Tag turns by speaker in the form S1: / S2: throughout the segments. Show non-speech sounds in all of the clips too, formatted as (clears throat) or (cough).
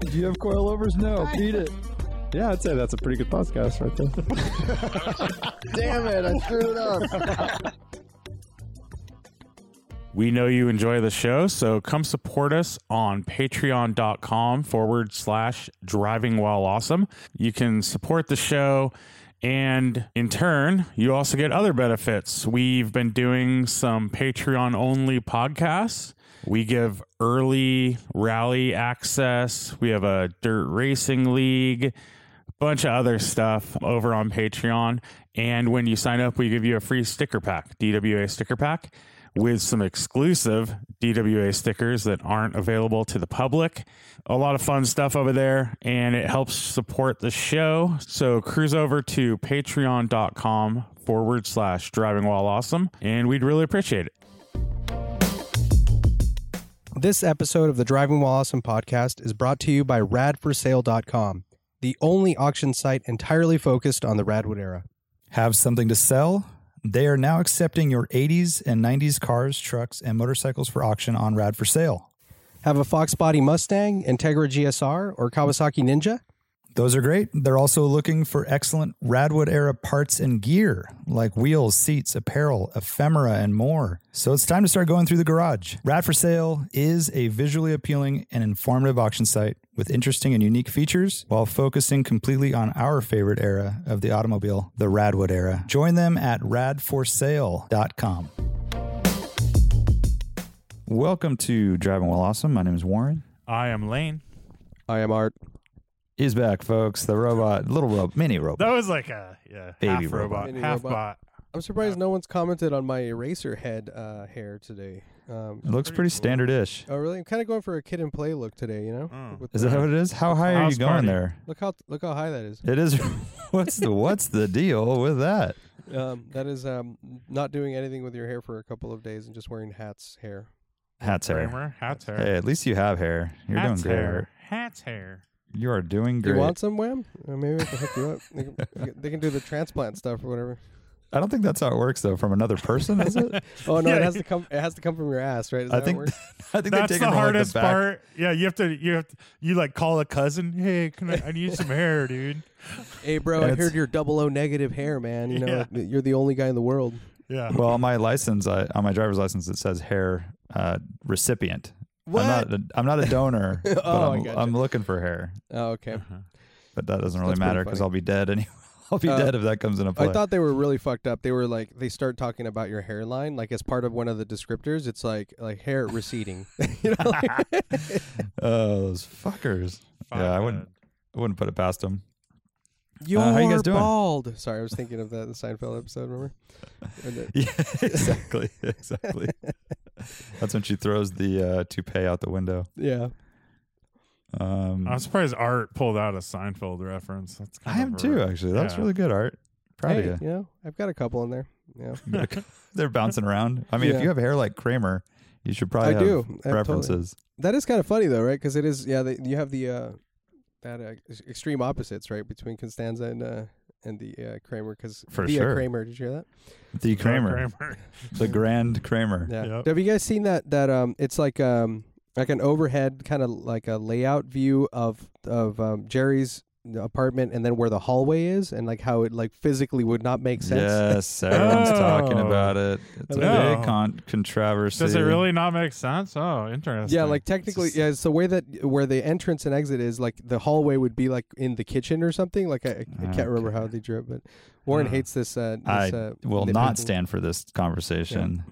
S1: Do you have coilovers? No, beat it. Yeah, I'd say that's a pretty good podcast right there.
S2: (laughs) Damn it, I threw it up.
S3: We know you enjoy the show, so come support us on patreon.com forward slash driving while awesome. You can support the show, and in turn, you also get other benefits. We've been doing some Patreon only podcasts. We give early rally access, we have a dirt racing league bunch of other stuff over on Patreon. And when you sign up, we give you a free sticker pack, DWA sticker pack, with some exclusive DWA stickers that aren't available to the public. A lot of fun stuff over there, and it helps support the show. So cruise over to patreon.com forward slash driving while awesome, and we'd really appreciate it.
S4: This episode of the Driving While Awesome podcast is brought to you by radforsale.com, the only auction site entirely focused on the Radwood era.
S5: Have something to sell? They are now accepting your 80s and 90s cars, trucks, and motorcycles for auction on Rad for Sale.
S4: Have a Fox Body Mustang, Integra GSR, or Kawasaki Ninja?
S5: Those are great. They're also looking for excellent Radwood era parts and gear like wheels, seats, apparel, ephemera, and more. So it's time to start going through the garage. Rad for Sale is a visually appealing and informative auction site with interesting and unique features while focusing completely on our favorite era of the automobile, the Radwood era. Join them at radforsale.com. Welcome to Driving Well Awesome. My name is Warren.
S3: I am Lane.
S4: I am Art.
S5: He's back, folks. The robot, little robot, mini robot.
S3: That was like a yeah, half
S5: Baby robot.
S3: robot,
S6: Mini
S3: half
S6: robot. I'm surprised no one's commented on my eraser head uh, hair today. Um,
S5: It looks pretty standard-ish.
S6: oh, really? I'm kind of going for a kid and play look today. You know?
S3: Mm.
S6: With
S5: Hmm. Is
S6: the-
S5: that what it is? How high are
S3: House
S5: you going
S3: party.
S5: there?
S6: Look how look how high that is.
S5: It is. (laughs) What's the What's the deal with that?
S6: Um, that is um, not doing anything with your hair for a couple of days and just wearing hats hair.
S5: Hats hair.
S3: Kramer, hats hair.
S5: Hey, at least you have hair. You're
S3: hats
S5: doing great.
S3: hair.
S5: Art.
S3: Hats hair.
S5: You are doing
S6: Do
S5: great.
S6: You want some wham? Uh, maybe I can hook you up. They
S5: (laughs)
S6: can, they can do the transplant stuff or whatever.
S5: I don't think that's how it works though. From another person,
S6: (laughs)
S5: is it?
S6: Oh no,
S3: Yeah.
S6: it has to come. It has to come from your ass, right? Is
S5: I
S6: that how it
S5: think.
S6: works?
S5: (laughs) I think
S3: That's
S5: they take
S3: the
S5: it from, like,
S3: hardest
S5: back.
S3: part. Yeah, you have to you have to, you like call a cousin. Hey, can I, I need some hair, dude?
S6: Hey, bro, I
S5: That's-
S6: heard your double O negative hair, man. You know,
S3: Yeah.
S6: like, you're the only guy in the world.
S3: Yeah.
S5: Well, on my license, I, on my driver's license, it says hair uh, recipient. I'm not. A, I'm not a
S6: (laughs)
S5: donor. but
S6: Oh, I
S5: I'm,
S6: gotcha.
S5: I'm looking for hair,
S6: Oh, okay.
S5: but that doesn't really
S6: That's pretty
S5: matter because
S6: funny.
S5: I'll be dead anyway. (laughs) I'll be
S6: Uh,
S5: dead if that comes into play.
S6: I thought they were really fucked up. They were like, they start talking about your hairline, like as part of one of the descriptors. It's like, like hair
S5: (laughs)
S6: receding.
S5: Uh,
S6: you know, like-
S5: oh, those fuckers. yeah, I wouldn't. I wouldn't put it
S3: (laughs)
S5: past them. (laughs)
S6: you're
S5: how you guys doing?
S6: bald. Sorry, I was thinking of that Seinfeld episode.
S5: (laughs)
S6: Remember? Or the-
S5: Yeah, exactly, exactly. That's when she throws the uh, toupee out the window.
S6: yeah.
S5: Um,
S3: I'm surprised Art pulled out a Seinfeld reference. That's
S5: I
S3: kind
S5: am
S3: of
S5: too,
S3: a-
S5: actually. That's
S3: yeah.
S5: really good art. Proud
S6: Hey, (laughs)
S5: of you.
S6: you know, I've got a couple in there. Yeah,
S5: They're bouncing around. I mean,
S6: Yeah.
S5: if you have hair like Kramer, you should probably
S6: I
S5: have
S6: do. I have totally.
S5: references.
S6: that is kind of funny though, right? Because it is. Yeah, they, you have the uh, that uh, ex- extreme opposites, right, between Constanza and uh, and the uh, Kramer. Because
S5: For
S6: the
S5: sure.
S6: Kramer. Did you hear that?
S5: The Kramer, (laughs)
S3: Kramer.
S5: the Grand Kramer.
S6: Yeah.
S3: Yep.
S6: Have you guys seen that? That um, it's like um, like an overhead kind of like a layout view of of um, Jerry's apartment, and then where the hallway is, and like how it like physically would not make sense.
S3: (laughs)
S5: Yes, everyone's talking
S3: Oh.
S5: about it. It's
S3: No.
S5: a big con- controversy.
S3: Does it really not make sense? Oh, interesting.
S6: Yeah, like technically,
S5: just-
S6: yeah. It's the way that where the entrance and exit is, like the hallway would be like in the kitchen or something. Like I, I can't remember how they drew it, but Warren
S3: Ah.
S6: hates this. Uh, this
S5: I
S6: uh,
S5: will not
S6: nitpicking.
S5: stand for this conversation.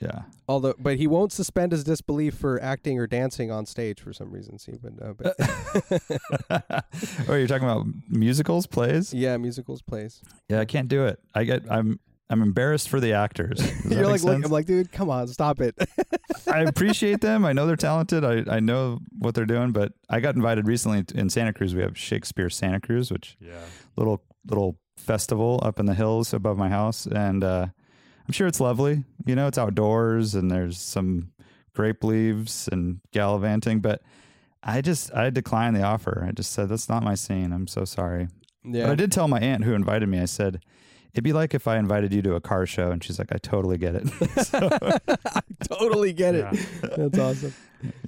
S5: yeah.
S6: Although, but he won't suspend his disbelief for acting or dancing on stage for some reason. See, but, uh, but
S5: (laughs) oh, you're talking about musicals, plays?
S6: yeah, musicals plays.
S5: Yeah, I can't do it. I get I'm I'm embarrassed for the actors. Does
S6: (laughs)
S5: that
S6: You're
S5: make
S6: like, look,
S5: sense?
S6: I'm like, dude, come on, stop it. (laughs)
S5: I appreciate them. I know they're talented. I, I know what they're doing, but I got invited recently in Santa Cruz. We have Shakespeare Santa Cruz, which
S3: Yeah.
S5: little little festival up in the hills above my house, and uh, I'm sure it's lovely. You know, it's outdoors and there's some grape leaves and gallivanting, but I just I declined the offer. I just said that's not my scene. I'm so sorry.
S6: yeah.
S5: But I did tell my aunt who invited me. I said. It'd be like if I invited you to a car show, and she's like, "I totally get it." (laughs)
S3: (laughs)
S6: totally get it.
S3: Yeah.
S6: (laughs) That's awesome.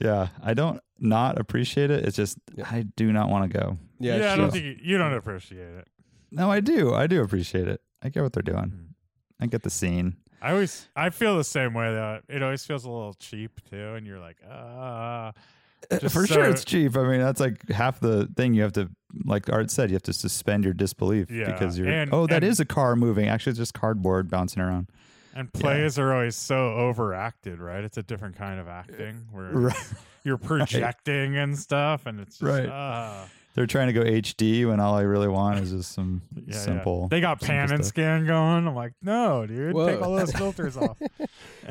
S5: Yeah, I don't not appreciate it. It's just
S6: Yeah.
S5: I do not want to go.
S3: Yeah,
S6: Yeah,
S3: I
S6: sure.
S3: don't think you, you don't appreciate it.
S5: No, I do. I do appreciate it. I get what they're doing.
S3: Mm-hmm.
S5: I get the scene.
S3: I always I feel the same way though. It always feels a little cheap too, and you're like, ah. Just
S5: Uh, For
S3: so-
S5: sure, it's cheap. I mean, that's like half the thing. You have to, like Art said, you have to suspend your disbelief
S3: Yeah,
S5: because you're.
S3: and-
S5: oh, that
S3: and-
S5: is a car moving. Actually, it's just cardboard bouncing around.
S3: And plays are always so overacted, right? It's a different kind of acting where
S5: Right.
S3: you're projecting and stuff, and it's just,
S5: Right.
S3: ah.
S5: They're trying to go HD when all I really want is just some
S3: (laughs) Yeah, yeah.
S5: simple.
S3: They got pan
S5: simple
S3: and
S5: stuff.
S3: scan going. I'm like, no, dude, take
S6: Whoa.
S3: all those filters off.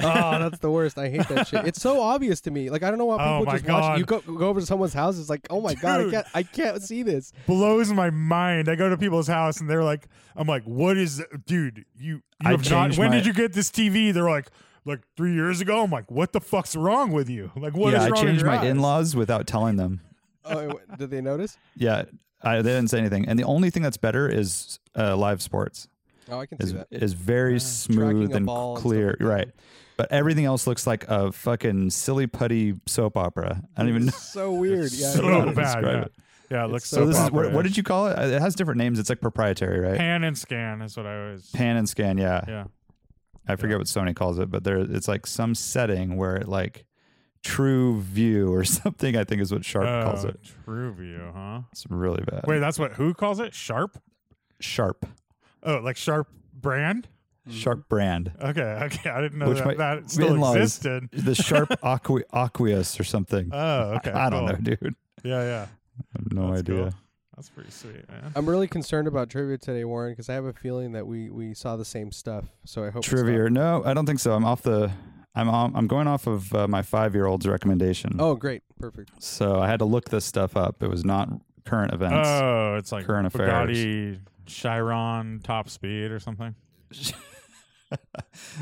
S6: oh, that's the worst. I hate that shit. It's so obvious to me. Like I don't
S5: (laughs)
S6: know why
S3: Oh,
S6: people
S3: my
S6: just
S3: God.
S6: watch. You go, go over to someone's house. It's like, oh my god, I
S3: Dude.
S6: can't, I can't see this.
S3: Blows my mind. I go to people's house and they're like, I'm like, what is, dude? You, you
S5: I
S3: have not.
S5: changed
S3: When
S5: my-
S3: did you get this TV? They're like, like three years ago. I'm like, what the fuck's wrong with you? Like, what is
S5: yeah, I
S3: wrong with
S5: changed
S3: your
S5: my
S3: eyes?
S5: in-laws without telling them.
S6: Oh, did they notice?
S5: Yeah, I, they didn't say anything. And the only thing that's better is uh, live sports.
S6: Oh, I can see
S5: is
S6: that.
S5: is very smooth
S6: Tracking a
S5: and
S6: ball and stuff
S5: clear,
S6: like that.
S5: right? But everything else looks like a fucking silly putty soap opera. I don't even know.
S6: (laughs) It's so weird. Yeah.
S5: so-
S6: I know.
S3: so
S5: (laughs)
S3: bad.
S5: describe
S3: Yeah.
S5: it.
S3: Yeah, it looks
S5: So
S3: so.
S5: this is
S3: proper,
S5: what, what
S3: yeah.
S5: did you call it? It has different names. It's like proprietary, right? Pan,
S3: pan and scan? Is what I always.
S5: and scan. Yeah,
S3: Yeah,
S5: I forget what Sony calls it, but there it's like some setting where it like true view or (laughs) something. I think is what Sharp calls
S3: Oh,
S5: it.
S3: TrueView, huh?
S5: It's really bad.
S3: Wait, that's what who calls it? Sharp.
S5: Sharp,
S3: Oh, like Sharp brand.
S6: Mm-hmm.
S5: Sharp brand.
S3: Okay, (laughs) okay, I didn't know
S5: Which my
S3: Oh, that, that still
S5: in-laws-
S3: existed. (laughs)
S5: (laughs) The Sharp aqu- Aqueous or something.
S3: Oh, okay.
S5: I don't
S3: cool.
S5: know, dude.
S3: Yeah, yeah.
S5: I have no
S3: That's
S5: idea.
S3: cool. That's pretty sweet, man.
S6: I'm really concerned about trivia today, Warren, because I have a feeling that we we saw the same stuff. So I hope it's not.
S5: trivia. No, I don't think so. I'm off the. I'm on, I'm going off of uh, my five year old's recommendation.
S6: Oh, great, perfect.
S5: so I had to look this stuff up. It was not current events.
S3: Oh, it's like
S5: Current affairs.
S3: Bugatti Chiron top speed or something.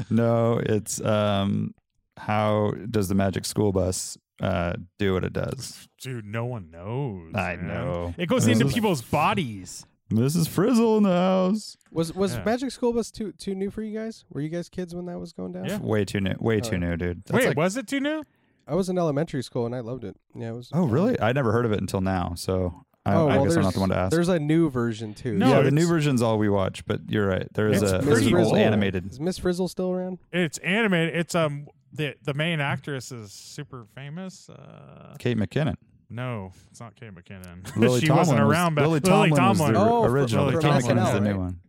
S5: no, it's um, how does the Magic School Bus uh, do what it does?
S3: Dude, no one knows.
S5: I
S3: man.
S5: know.
S3: It goes
S5: This
S3: into
S5: is-
S3: people's bodies.
S5: Mrs. Frizzle in the house.
S6: Was was
S3: Yeah.
S6: Magic School Bus too too new for you guys? Were you guys kids when that was going down?
S3: Yeah.
S5: Way too new. Way too
S6: Oh.
S5: new, dude. That's
S3: Wait,
S5: like-
S3: was it too new?
S6: I was in elementary school and I loved it. Yeah, it was.
S5: Oh, really? I never heard of it until now. So I,
S6: oh, well,
S5: I guess I'm
S6: there's-
S5: not the one to ask.
S6: There's a new version too.
S3: No,
S5: yeah, the
S3: it's-
S5: new version's all we watch, but you're right. There is
S3: It's
S5: a there's
S3: pretty
S5: an old
S3: old.
S5: animated.
S6: Is Miss Frizzle still around?
S3: It's animated. It's um the the main actress is super famous. Uh,
S5: Kate McKinnon.
S3: no, it's not Kate McKinnon. (laughs)
S5: Lily
S3: she
S5: Tomlin
S3: wasn't
S5: was-
S3: around, but
S5: Lily Tomlin,
S3: Tomlin.
S5: was the
S6: Oh, fr-
S5: original.
S3: Lily
S5: Kate
S3: Tomlin.
S5: McKinnon's the
S6: SNL,
S5: new
S6: right?
S5: one.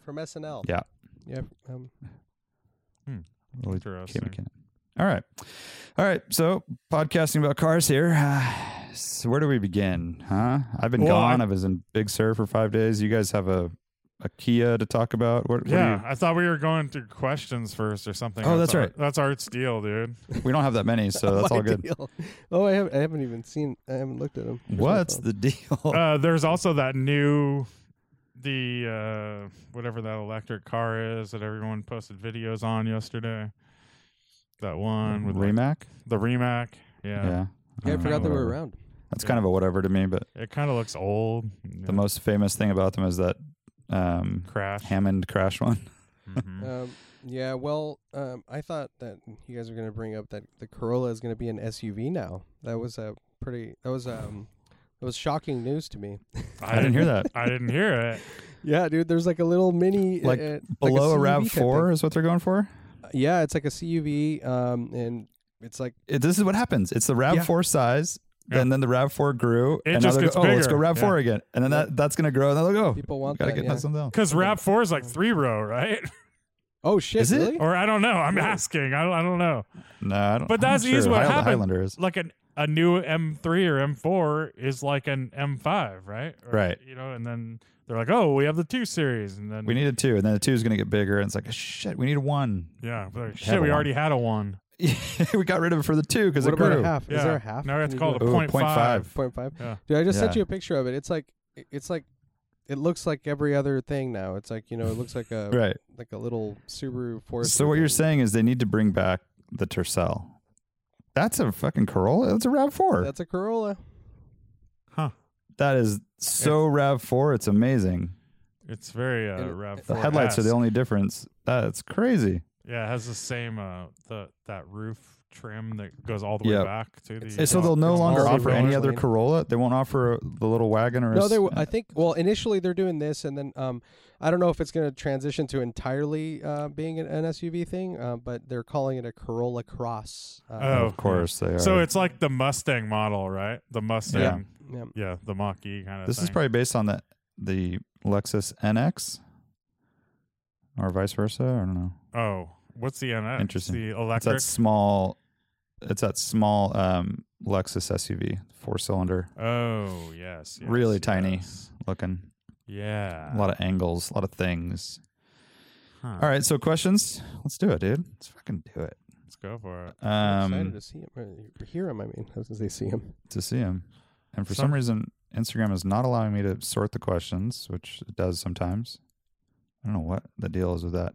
S6: From SNL.
S5: Yeah.
S6: Yep. Um,
S5: Lily Kate
S3: Interesting.
S5: McKinnon. All right, all right. So podcasting about cars here. (sighs) Uh, so where do we begin? Huh? I've been
S3: Well,
S5: gone.
S3: I-
S5: I was in Big Sur for five days. You guys have a a Kia to talk about. What, what do
S3: Yeah, I thought we were going through questions first or something.
S5: Oh, that's
S3: Ar-
S5: right.
S3: That's Art's deal, dude.
S5: you- we don't have that many, (laughs) so
S6: (laughs)
S5: that's
S6: my
S3: (laughs)
S5: all good.
S6: deal. Oh, I haven't, I haven't even seen. I haven't looked at them.
S5: What's the deal?
S3: Uh, there's also that new, the uh, whatever that electric car is that everyone posted videos on yesterday. That one with like,
S5: Remac.
S3: the Remac. Yeah,
S6: Yeah, I
S5: Uh,
S6: forgot they
S3: Oh.
S5: whatever.
S6: were around.
S5: That's kind of a whatever to me, but
S3: it kind of looks old.
S5: the
S3: Yeah.
S5: most famous thing about them is that um,
S3: crash.
S5: Hammond crash one.
S3: Mhm.
S6: Um, yeah. Well, um, I thought that you guys were going to bring up that the Corolla is going to be an SUV now. That was a pretty. That was um. That was shocking news to me.
S5: I didn't hear that.
S3: (laughs) I didn't hear it.
S6: Yeah, dude. There's like a little mini,
S5: Like,
S6: uh, uh,
S5: Below
S6: CUV
S5: a
S6: type
S5: Rav Four is what they're going for.
S6: thing. Yeah, it's like a CUV. Um, and it's like
S5: it, this is what happens. It's the Rav
S6: Yeah.
S5: Four size,
S3: Yeah.
S5: and then the Rav Four grew,
S3: It
S5: and
S3: just
S5: now they'll
S3: gets
S5: go, oh, let's go
S3: bigger."
S5: Rav Four again, and then
S6: Yeah.
S5: that that's gonna grow, and then they'll go. "Oh,
S6: people want
S5: Gotta
S6: that.
S5: get
S6: yeah.
S5: that something else.
S3: Because Rav Four is like three row, right? (laughs)
S6: Oh shit!
S5: Is it?
S6: really?
S3: or I don't know. I'm asking. I don't, I don't know.
S5: No, I don't,
S3: But
S5: I'm not
S3: that's
S5: sure.
S3: usually what
S5: High- the
S3: happened.
S5: Highlander is.
S3: Like an a new M3 or M4 is like an M5, right? Or,
S5: Right.
S3: You know, and then they're like, oh, we have the two series, and then
S5: We need a two, and then the two is going to get bigger. And it's like, shit, we need a one. (laughs)
S3: yeah, they're like,
S5: Have
S3: shit, we
S5: one.
S3: already had a one.
S5: we got rid of it for the two because
S6: What
S5: it
S6: about
S5: grew.
S6: a half?
S3: Yeah.
S6: Is there a half?
S3: No, it's
S6: Can you do
S3: called a
S5: Ooh,
S3: point
S5: point
S3: five.
S5: five.
S6: point five.
S3: Yeah.
S6: Dude, I just sent
S5: Yeah.
S6: you a picture of it. It's like it's like it looks like every other thing now. It's like you know, it looks like a
S5: (laughs) Right.
S6: like a little Subaru Forester.
S5: So what you're
S6: thing.
S5: saying is they need to bring back the Tercel. That's a fucking Corolla. That's a Rav Four.
S6: That's a Corolla.
S5: That is so Rav Four. It's amazing.
S3: It's very uh,
S6: And it-
S3: rav
S5: The headlights are the only difference. That's crazy.
S3: Yeah, it has the same uh the that roof trim that goes all the way
S5: Yep.
S3: back to the.
S5: And so they'll no
S6: it's
S5: longer
S6: all
S5: offer any
S6: Subaru.
S5: other Corolla. They won't offer the little wagon or a
S6: No,
S5: s-
S6: they. were- I think. Well, initially they're doing this, and then um, I don't know if it's going to transition to entirely uh, being an, an SUV thing, uh, but they're calling it a Corolla Cross. Uh,
S3: Oh,
S5: Of course they are.
S3: So it's like the Mustang model, right? The Mustang.
S6: Yeah.
S3: Yeah, the Mach E kind of.
S5: this is probably based on the the Lexus NX or vice versa. I don't know.
S3: Oh, what's the NX?
S5: Interesting.
S3: The
S5: It's
S3: electric.
S5: that small. It's that small um, Lexus SUV, four cylinder,
S3: oh yes, yes,
S5: Really tiny.
S3: yes.
S5: looking.
S3: Yeah.
S5: A lot of angles, a lot of things.
S3: Huh.
S5: All right, so questions. Let's do it, dude. Let's fucking do it.
S3: let's go for it.
S6: I'm excited
S5: Um,
S6: to see him. or hear him. I mean, as they see him.
S5: to see him. And for some,
S3: Some-
S5: reason, Instagram is not allowing me to sort the questions, which it does sometimes. I don't know what the deal is with that.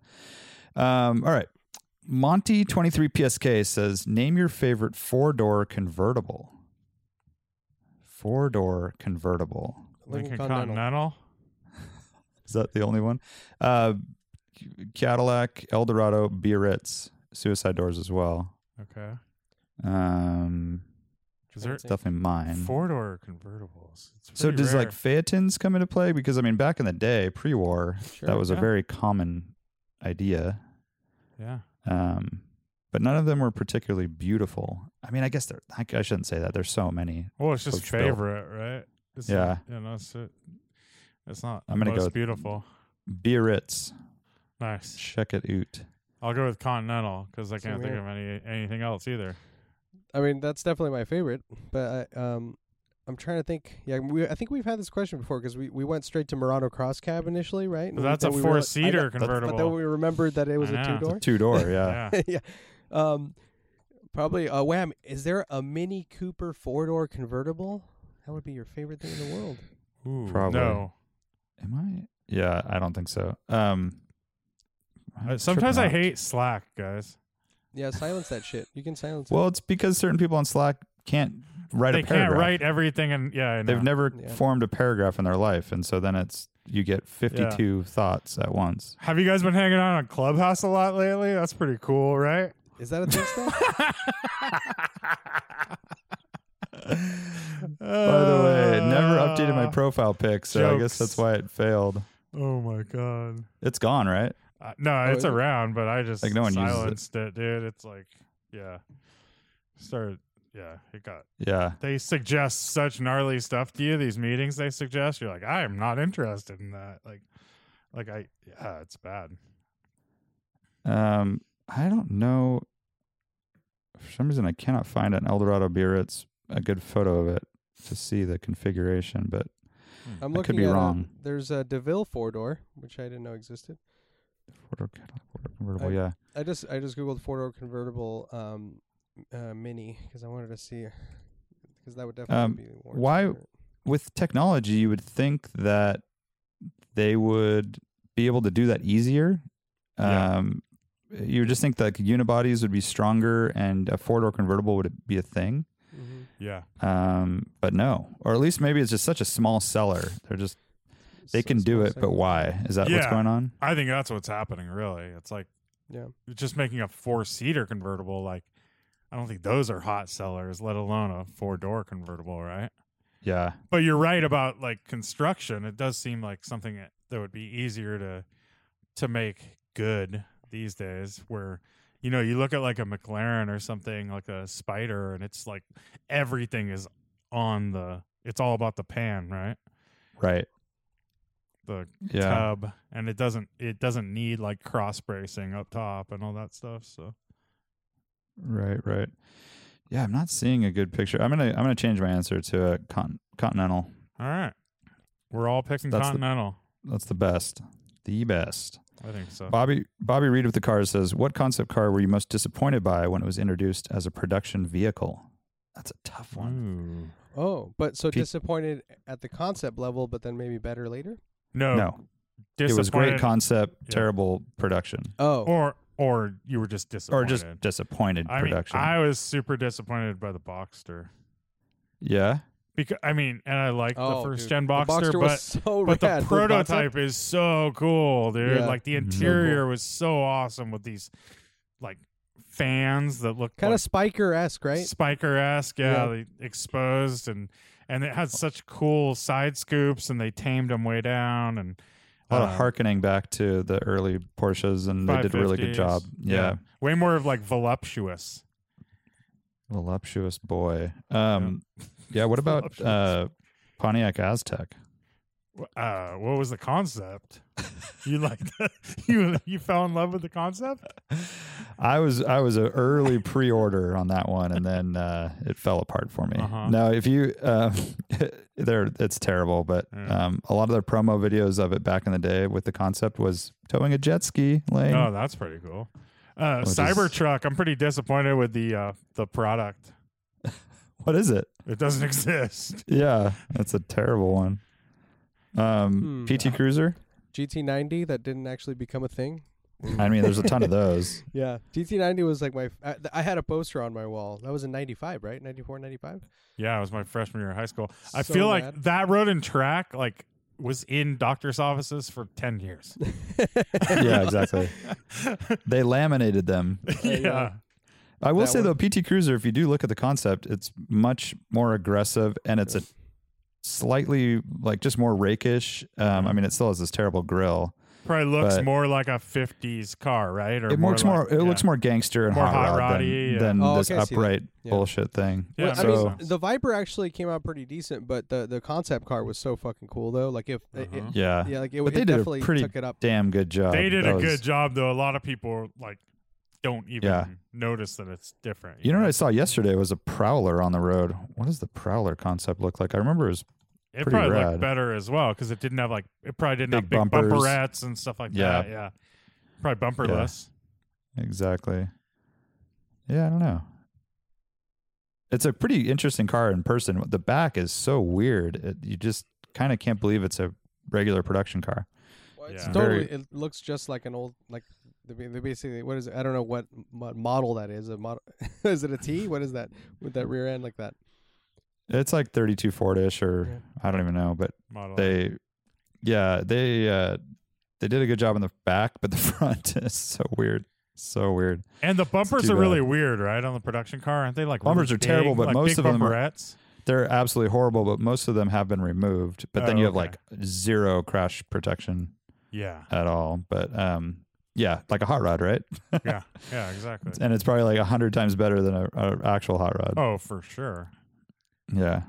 S5: Um, all right. Monty23PSK says, Name your favorite four door convertible. Four door convertible.
S3: (laughs)
S6: Lincoln
S3: Lincoln
S6: Continental.
S3: Continental.
S5: Is that the only one? Uh, Cadillac, Eldorado, Biarritz, Suicide Doors as well.
S3: Okay.
S5: Um,
S3: Is there
S5: it's definitely mine.
S3: four door convertibles? It's
S5: so
S3: pretty
S5: does like
S3: rare.
S5: Phaetons come into play? Because I mean, back in the day, pre-war,
S6: Sure,
S5: that was a
S3: yeah.
S5: very common idea.
S3: yeah.
S5: Um, but none of them were particularly beautiful. I mean, I guess they're. I, I shouldn't say that. There's so many.
S3: Well, it's just
S5: Coach Bill.
S3: favorite, right? It's
S5: Yeah.
S3: Not, you know, it's, it, it's not.
S5: I'm gonna go
S3: most
S5: with-
S3: beautiful.
S5: Biarritz,
S3: Nice.
S5: check it out.
S3: I'll go with Continental because I
S6: So
S3: can't think
S6: weird.
S3: of any anything else either.
S6: I mean, that's definitely my favorite. But I, um, I'm trying to think. Yeah, we, I think we've had this question before because we, we went straight to Murano Cross Cab initially, right? And
S3: But that's
S6: then
S3: a
S6: we
S3: four
S6: realized- I
S3: seater
S6: know,
S3: convertible.
S6: But then we remembered that it was
S3: I
S6: a
S3: know.
S6: two door.
S5: Two
S3: (laughs)
S5: door, yeah.
S3: yeah.
S6: (laughs) yeah. Um, probably. Uh, wham! Is there a Mini Cooper four door convertible? That would be your favorite thing in the world.
S3: Ooh,
S5: Probably.
S3: No.
S5: Am I? Yeah, I don't think so. Um, I'm
S3: Uh, sometimes I
S5: tripping out.
S3: hate Slack, guys.
S6: Yeah, silence that shit. You can silence.
S5: Well, it's because certain people on Slack can't write
S3: they
S5: a paragraph.
S3: can't write everything, and yeah, I know.
S5: They've never
S6: Yeah.
S5: formed a paragraph in their life, and so then it's you get fifty-two thoughts at once.
S3: Have you guys been hanging out on Clubhouse a lot lately? That's pretty cool, right?
S6: it. Is that a thing?
S5: (laughs)
S6: Stan?
S5: By the way, it never updated my
S3: Uh,
S5: profile pic, so I
S3: jokes.
S5: guess that's why it failed.
S3: Oh my god.
S5: It's gone, right?
S3: Uh, no, it's
S6: is it?
S3: around, but I just
S5: Like, no one uses it.
S3: silenced it. dude. It's like, yeah, started. Yeah, it got.
S5: Yeah,
S3: They suggest such gnarly stuff to you. These meetings they suggest, you're like, I am not interested in that. Like, like I, yeah, it's bad.
S5: um, I don't know. For some reason, I cannot find an Eldorado beer. It's a good photo of it to see the configuration, but
S6: I'm
S5: I
S6: looking
S5: could be
S6: at a-
S5: wrong.
S6: there's a Deville four door, which I didn't know existed.
S5: Ford or Cadillac, Ford or convertible,
S6: I-
S5: yeah.
S6: I just I just googled four door convertible um, uh, Mini because I wanted to see because that would definitely
S5: Um,
S6: be Warren's
S5: why-
S6: favorite.
S5: with technology, you would think that they would be able to do that easier.
S3: Yeah.
S5: Um, you would just think that unibodies would be stronger and a four door convertible would be a thing.
S6: Mhm.
S3: Yeah,
S5: Um, but no, or at least maybe it's just such a small seller. They're just, they
S6: So
S5: can do
S6: small
S5: it, but
S6: segment.
S5: why? Is that what's
S3: Yeah.
S5: going on?
S3: I think that's what's happening. Really, it's like,
S6: Yeah.
S3: just making a four seater convertible. Like, I don't think those are hot sellers, let alone a four door convertible, right?
S5: Yeah.
S3: But you're right about like construction. It does seem like something that- that would be easier to to make good these days where you know, you look at like a McLaren or something like a Spider and it's like everything is on the it's all about the pan, right?
S5: Right.
S3: The
S5: Yeah.
S3: tub and it doesn't it doesn't need like cross bracing up top and all that stuff. So
S5: Right. Right. Yeah, I'm not seeing a good picture. I'm gonna I'm gonna change my answer to a con- Continental.
S3: All right. We're all picking
S5: That's the-
S3: Continental.
S5: That's the best, the best.
S3: I think so.
S5: Bobby Bobby Reed with the cars says, "What concept car were you most disappointed by when it was introduced as a production vehicle?" That's a tough one.
S3: Ooh.
S6: Oh, but so
S5: Pe-
S6: disappointed at the concept level, but then maybe better later.
S3: No,
S5: no, it was great
S3: Oh, disappointed
S5: concept,
S3: Yeah.
S5: terrible production,
S6: Oh,
S3: or or you were just disappointed.
S5: or just disappointed
S3: I mean,
S5: production.
S3: I was super disappointed by the Boxster.
S5: yeah,
S3: Because I mean, and I like
S6: Oh,
S3: the first
S6: dude.
S3: gen Boxster,
S6: the Boxster
S3: but
S6: was so
S3: but
S6: rad.
S3: the
S6: The
S3: prototype is so cool, dude.
S6: Yeah.
S3: Like the
S5: Mhm. So
S3: interior was so awesome with these like fans that look
S6: kind
S3: like
S6: of spiker esque, right?
S3: spiker esque, yeah,
S6: Yeah. Oh.
S3: they exposed and and it had such cool side scoops and they tamed them way down and
S5: a lot
S3: uh,
S5: of harkening back to the early Porsches, and they did a really
S3: 550s.
S5: good job. yeah.
S3: way more of like voluptuous.
S5: Voluptuous boy. Um, yeah. What about
S3: Voluptuous.
S5: uh, Pontiac Aztec?
S3: Uh, what was the concept? (laughs) you like (laughs) you you fell in love with the concept?
S5: I was I was an early (laughs) pre-order on that one, and then uh, it fell apart for me.
S3: Uh-huh.
S5: No, if you (laughs) uh, there, it's terrible. But
S3: Yeah.
S5: um, a lot of their promo videos of it back in the day with the concept was towing a jet ski lane.
S3: Oh, that's pretty cool. Uh,
S5: Which is-
S3: Cybertruck. I'm pretty disappointed with the uh, the product.
S5: What is it?
S3: It doesn't (laughs) exist.
S5: Yeah, that's a terrible one.
S6: Hmm.
S5: Um, PT Cruiser.
S6: GT90 that didn't actually become a thing.
S5: I mean, there's a ton
S3: (laughs)
S5: of those.
S6: Yeah, GT90 was like my. f- I, I had a poster on my wall. That was in '95, right? '94, '95.
S3: Yeah, it was my freshman year of high school. I
S6: So
S3: feel like
S6: rad.
S3: that road and track like was in doctors' offices for ten
S6: (laughs)
S3: years.
S5: yeah, exactly. They laminated them.
S3: yeah.
S5: I will
S6: That
S5: say though, PT Cruiser, if you do look at the concept, it's much more aggressive and it's a slightly like just more rakish. Um,
S6: Mm-hmm.
S5: I mean, it still has this terrible grill.
S3: Probably looks
S5: But-
S3: more like a '50s car, right? Or
S5: It looks more.
S3: like-
S5: it
S3: yeah.
S5: looks more gangster and
S3: More
S5: hot,
S3: hot
S5: rod
S3: roddy,
S5: than,
S3: yeah.
S5: than
S6: Oh,
S5: this
S6: okay, I see that.
S5: upright
S6: Yeah.
S5: bullshit thing.
S3: Yeah,
S6: Well, I
S3: makes
S5: so-
S6: mean, the Viper actually came out pretty decent, but the the concept car was so fucking cool though. Like if it- it-
S3: Uh-huh.
S5: Yeah,
S6: yeah, like it,
S5: but
S6: it
S5: they did
S6: definitely
S5: a pretty
S6: took it up.
S5: damn good job.
S3: They did
S5: That
S3: a
S5: was-
S3: good job, though. A lot of people like don't even
S5: Yeah.
S3: notice that it's different.
S5: You know what I saw yesterday was a prowler on the road. What does the prowler concept look like? I remember it was
S3: it
S5: pretty
S3: probably
S5: rad.
S3: looked better as well because it didn't have like it probably didn't
S5: Big
S3: have big
S5: bumpers.
S3: bumperettes and stuff like
S5: Yeah.
S3: that. Yeah, probably bumperless.
S5: Exactly. Yeah, I don't know. It's a pretty interesting car in person. The back is so weird. It, you just kind of can't believe it's a regular production car.
S6: Well, it's
S3: Yeah.
S6: totally.
S5: Very-
S6: It looks just like an old like. They ba- they basically what is it? I don't know what, what model that is. A model (laughs) is it a T? What is that with that rear end like that?
S5: It's like 32 Ford ish, or I don't even know. But
S3: model.
S5: they, yeah, they uh, they did a good job in the back, but the (laughs) front is so weird, so weird.
S3: and the bumpers
S5: too
S3: are really
S5: bad.
S3: weird, right? On the production car, aren't they like
S5: Bumpers
S3: really
S5: are terrible,
S3: big,
S5: but
S3: like
S5: most
S3: big
S5: of them are-
S3: bumperettes?
S5: They're absolutely horrible, but most of them have been removed. But then
S3: Oh,
S5: you have
S3: okay.
S5: like zero crash protection (laughs)
S3: Yeah,
S5: at all. But um, yeah, like a hot rod, right?
S3: yeah, yeah, exactly.
S5: and it's probably like a hundred times better than a, a actual hot rod.
S3: Oh, for sure.
S5: Yeah.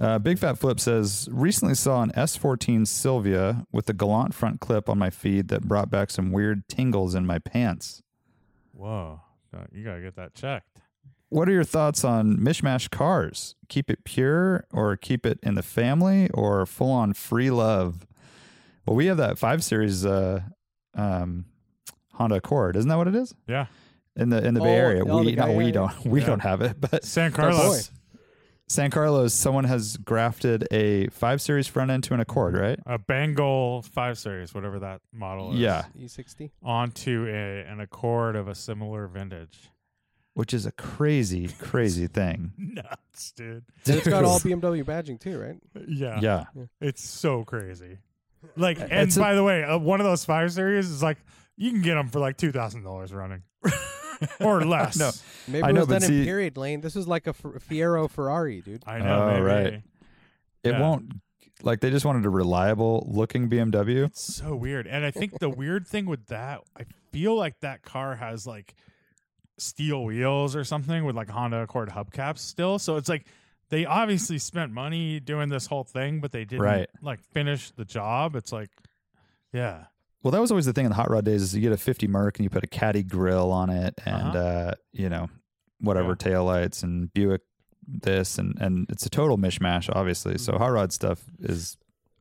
S5: Uh, Big Fat Flip says recently saw an S14 Sylvia with the Gallant front clip on my feed that brought back some weird tingles in my pants.
S3: Whoa, Uh, you gotta get that checked.
S5: What are your thoughts on mishmash cars? Keep it pure or keep it in the family or full on free love? Well, we have that five series uh, um, Honda Accord, isn't that what it is?
S3: Yeah,
S5: In the in the Bay
S6: Oh,
S5: Area,
S6: oh,
S5: we
S6: the
S5: not
S6: guy,
S5: we
S6: yeah,
S5: don't (laughs) we
S3: Yeah.
S5: don't have it, but
S3: San
S6: boy.
S3: Carlos,
S5: San Carlos, someone has grafted a five series front end to an Accord, right?
S3: a Bengal Five Series, whatever that model is.
S5: Yeah,
S6: E60.
S3: onto a, an Accord of a similar vintage. (laughs)
S5: which is a crazy, crazy thing.
S3: Nuts, dude.
S6: And it's got all BMW badging too, right?
S3: Yeah.
S5: yeah,
S3: It's so crazy. Like, and
S5: It's a-
S3: by the way, uh, one of those five series is like you can get them for like two thousand dollars
S5: (laughs)
S3: running, or less.
S5: No.
S6: Maybe
S5: I
S6: it
S5: know,
S6: was
S5: but
S6: done
S5: see-
S6: in period lane. This is like a Fer- Fiero Ferrari,
S5: (laughs)
S6: dude.
S3: I know.
S5: Oh,
S3: maybe.
S5: right. it
S3: Yeah.
S5: won't. Like they just wanted a reliable looking BMW.
S3: It's so weird. And I think the weird thing with that, I feel like that car has like steel wheels or something with like Honda Accord hubcaps still. So it's like they obviously spent money doing this whole thing, but they didn't
S5: Right.
S3: like finish the job. It's like, yeah.
S5: Well, that was always the thing in the hot rod days: is you get a fifty Merc and you put a caddy grill on it, and uh
S3: Uh-huh.
S5: you know, whatever
S3: Yeah.
S5: taillights and Buick this and and it's a total mishmash obviously. So hot rod stuff is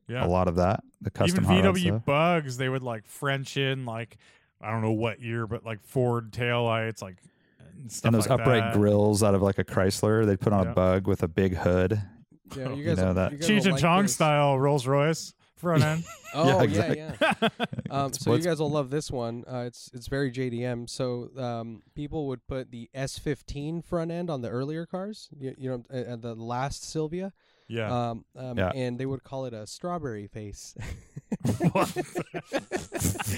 S3: Hmm. Yeah.
S5: a lot of that. The custom
S3: Even
S5: hot rod stuff.
S3: VW bugs, they would like French in like I don't know what year, but like Ford taillights, like and stuff
S5: and those
S3: like that.
S5: upright grills out of like a Chrysler, they put on
S3: Yeah.
S5: a bug with a big
S6: Um,
S5: hood.
S6: Yeah, you
S5: You
S6: guys
S5: know that.
S6: you guys will
S3: Cheech and
S6: like
S3: Chong
S6: this.
S3: style Rolls Royce front
S5: (laughs)
S3: end.
S6: Oh yeah,
S5: exactly.
S6: yeah.
S3: (laughs) yeah,
S6: Um,
S5: It's
S6: so you
S5: what's-
S6: guys will love this one. Uh, it's it's very JDM. So um, people would put the S15 front end on the earlier cars, you, you know, uh, uh, the last Sylvia, um, um,
S5: Yeah.
S6: and they would call it a strawberry
S3: (laughs)
S6: face. (laughs)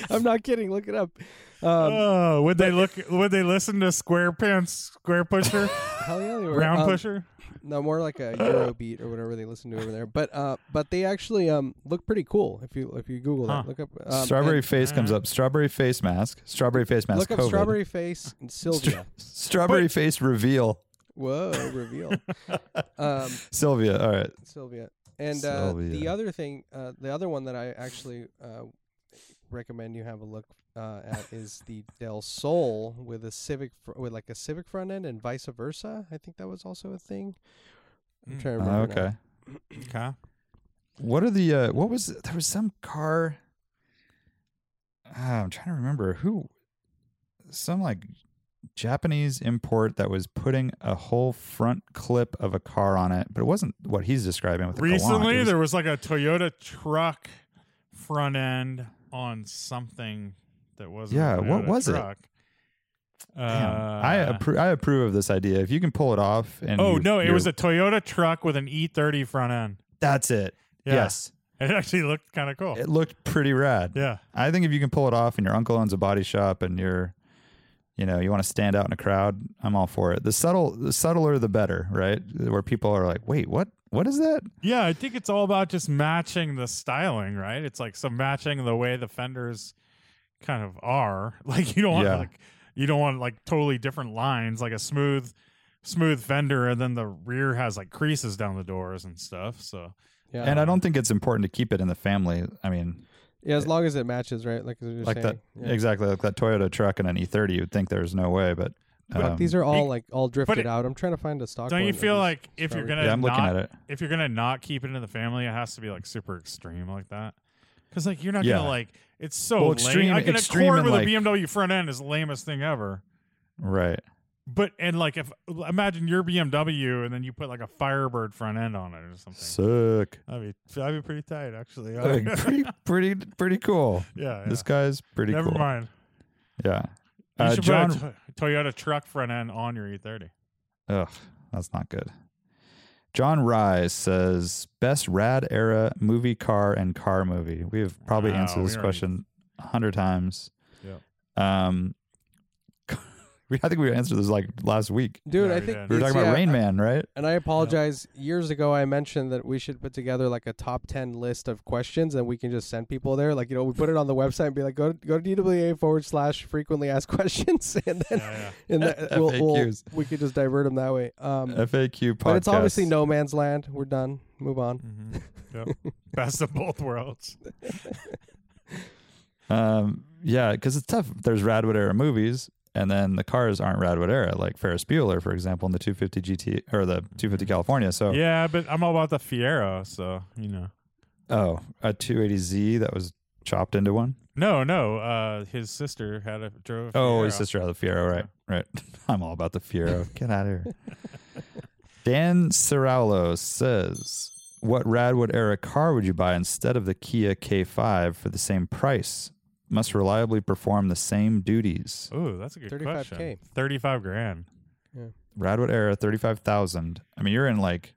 S6: I'm not kidding. Look it up.
S3: (laughs)
S6: Um,
S3: oh, would they look? Would they listen to SquarePants, Square
S6: (laughs)
S3: Pusher,
S6: hell yeah, they were.
S3: Round
S6: Um,
S3: Pusher?
S6: No, more like a Eurobeat or whatever they listen to over there. But uh, but they actually um look pretty cool if you if you Google
S3: Huh.
S6: that. Look up um,
S5: strawberry
S6: and
S5: face comes up. Strawberry face mask. Strawberry face mask.
S6: Look up
S5: COVID.
S6: strawberry face
S5: (laughs)
S6: and Sylvia.
S5: Strawberry face reveal.
S6: Whoa,
S5: (laughs)
S6: reveal. um,
S5: Sylvia. All right.
S6: Sylvia. And uh, the
S5: Sylvia.
S6: other thing, uh, the other one that I actually uh, recommend you have a look uh, at is the Del Sol with a Civic fr- with like a Civic front end and vice versa. I think that was also a thing. I'm
S3: Mm.
S6: trying to
S5: Ah,
S6: remember. now.
S5: okay.
S3: Okay.
S5: What are the uh what was there was some car Ah, I'm trying to remember who some like Japanese import that was putting a whole front clip of a car on it, but it wasn't what he's describing with the Galant.
S3: Recently,
S5: It was-
S3: there was like a Toyota truck front end on something that wasn't. a
S5: Yeah, what
S3: Toyota
S5: was it?
S3: truck. Uh, it?
S5: Damn, I appro- I approve of this idea. If you can pull it off and
S3: Oh
S5: you-
S3: no, it
S5: you're-
S3: was a Toyota truck with an E30 front end.
S5: that's it.
S3: Yeah.
S5: Yes.
S3: It actually looked kind of cool.
S5: It looked pretty rad.
S3: yeah.
S5: I think if you can pull it off and your uncle owns a body shop and you're you know, you want to stand out in a crowd, I'm all for it. The subtle the subtler the better, right? Where people are like, "Wait, what? What is that?"
S3: Yeah, I think it's all about just matching the styling, right? It's like some matching the way the fenders kind of are. (laughs) Like you don't want
S5: Yeah.
S3: like you don't want like totally different lines, like a smooth smooth fender and then the rear has like creases down the doors and stuff. So
S6: Yeah.
S5: And I don't think it's important to keep it in the family. I mean,
S6: yeah, as long as it matches, right? Like, as we were
S5: like that
S6: saying. Yeah.
S5: exactly like that Toyota truck and an E30, you'd think there's no way, but,
S6: But
S5: um,
S6: these are all
S3: it-
S6: like all drifted
S3: it-
S6: out. I'm trying to find a stock.
S3: don't
S6: one
S3: you
S6: that
S3: feel
S6: is
S3: like if you're
S6: strawberry.
S3: gonna
S5: yeah, I'm looking
S3: not-
S5: at it.
S3: if you're gonna not keep it in the family, it has to be like super extreme like that. Because like you're not
S5: Yeah.
S3: gonna like it's so
S5: Well,
S3: lame.
S5: extreme-
S3: Like an
S5: extreme
S3: Accord
S5: and,
S3: with
S5: like-
S3: a BMW front end is the lamest thing ever.
S5: Right.
S3: But and like if imagine your BMW and then you put like a Firebird front end on it or something.
S5: Sick.
S3: that'd be that'd be pretty tight actually.
S5: Like,
S3: (laughs) yeah,
S5: (laughs) pretty pretty pretty cool.
S3: yeah.
S5: This guy's pretty
S3: Never
S5: cool.
S3: mind.
S5: Yeah.
S3: You
S5: Uh,
S3: should
S5: John
S3: put a to- Toyota truck front end on your E
S5: (laughs)
S3: E30.
S5: Ugh, that's not good. John Rise says best rad era movie car and car movie. We have probably
S3: Wow,
S5: answered this
S3: we already-
S5: question a hundred times.
S3: Yep.
S5: Um, (laughs) we I think we answered this like last week.
S6: dude,
S3: Yeah,
S6: I
S3: we
S6: think
S3: did.
S5: We were
S6: it's-
S5: talking about
S6: yeah,
S5: Rain Man, right?
S6: And I apologize. Years ago, I mentioned that we should put together like a top ten list of questions, and we can just send people there. Like you know, we put it on the website and be like, go to, go to DWA forward slash frequently asked (laughs) questions, and then
S3: Yeah,
S6: and that, we'll, we'll
S5: FAQs.
S6: we could just divert them that way. Um,
S5: FAQ podcast.
S6: but it's obviously no man's land. We're done. Move on.
S3: yeah. hmm Yep. Best of both worlds.
S5: Um, yeah, because it's tough. There's Radwood era movies, and then the cars aren't Radwood era, like Ferris Bueller, for example, in the 250 GT or the 250 California. So
S3: Mm. Yeah, but I'm all about the Fiero, so you know.
S5: oh, a 280Z that was chopped into one.
S3: No, no. Uh, his sister had a drove. a
S5: Oh, his
S3: Fiero.
S5: sister out of the Fiero, right? Right. (laughs) I'm all about
S3: (laughs)
S5: the Fiero. Get out of here. Dan Ciraulo says, "What Radwood era car would you buy instead of the Kia K5 for the same price? Must reliably perform the same duties.
S3: Ooh, that's a good 35
S6: 35K.
S3: question. Thirty-five grand.
S5: Radwood era, thirty-five thousand. I mean, you're in like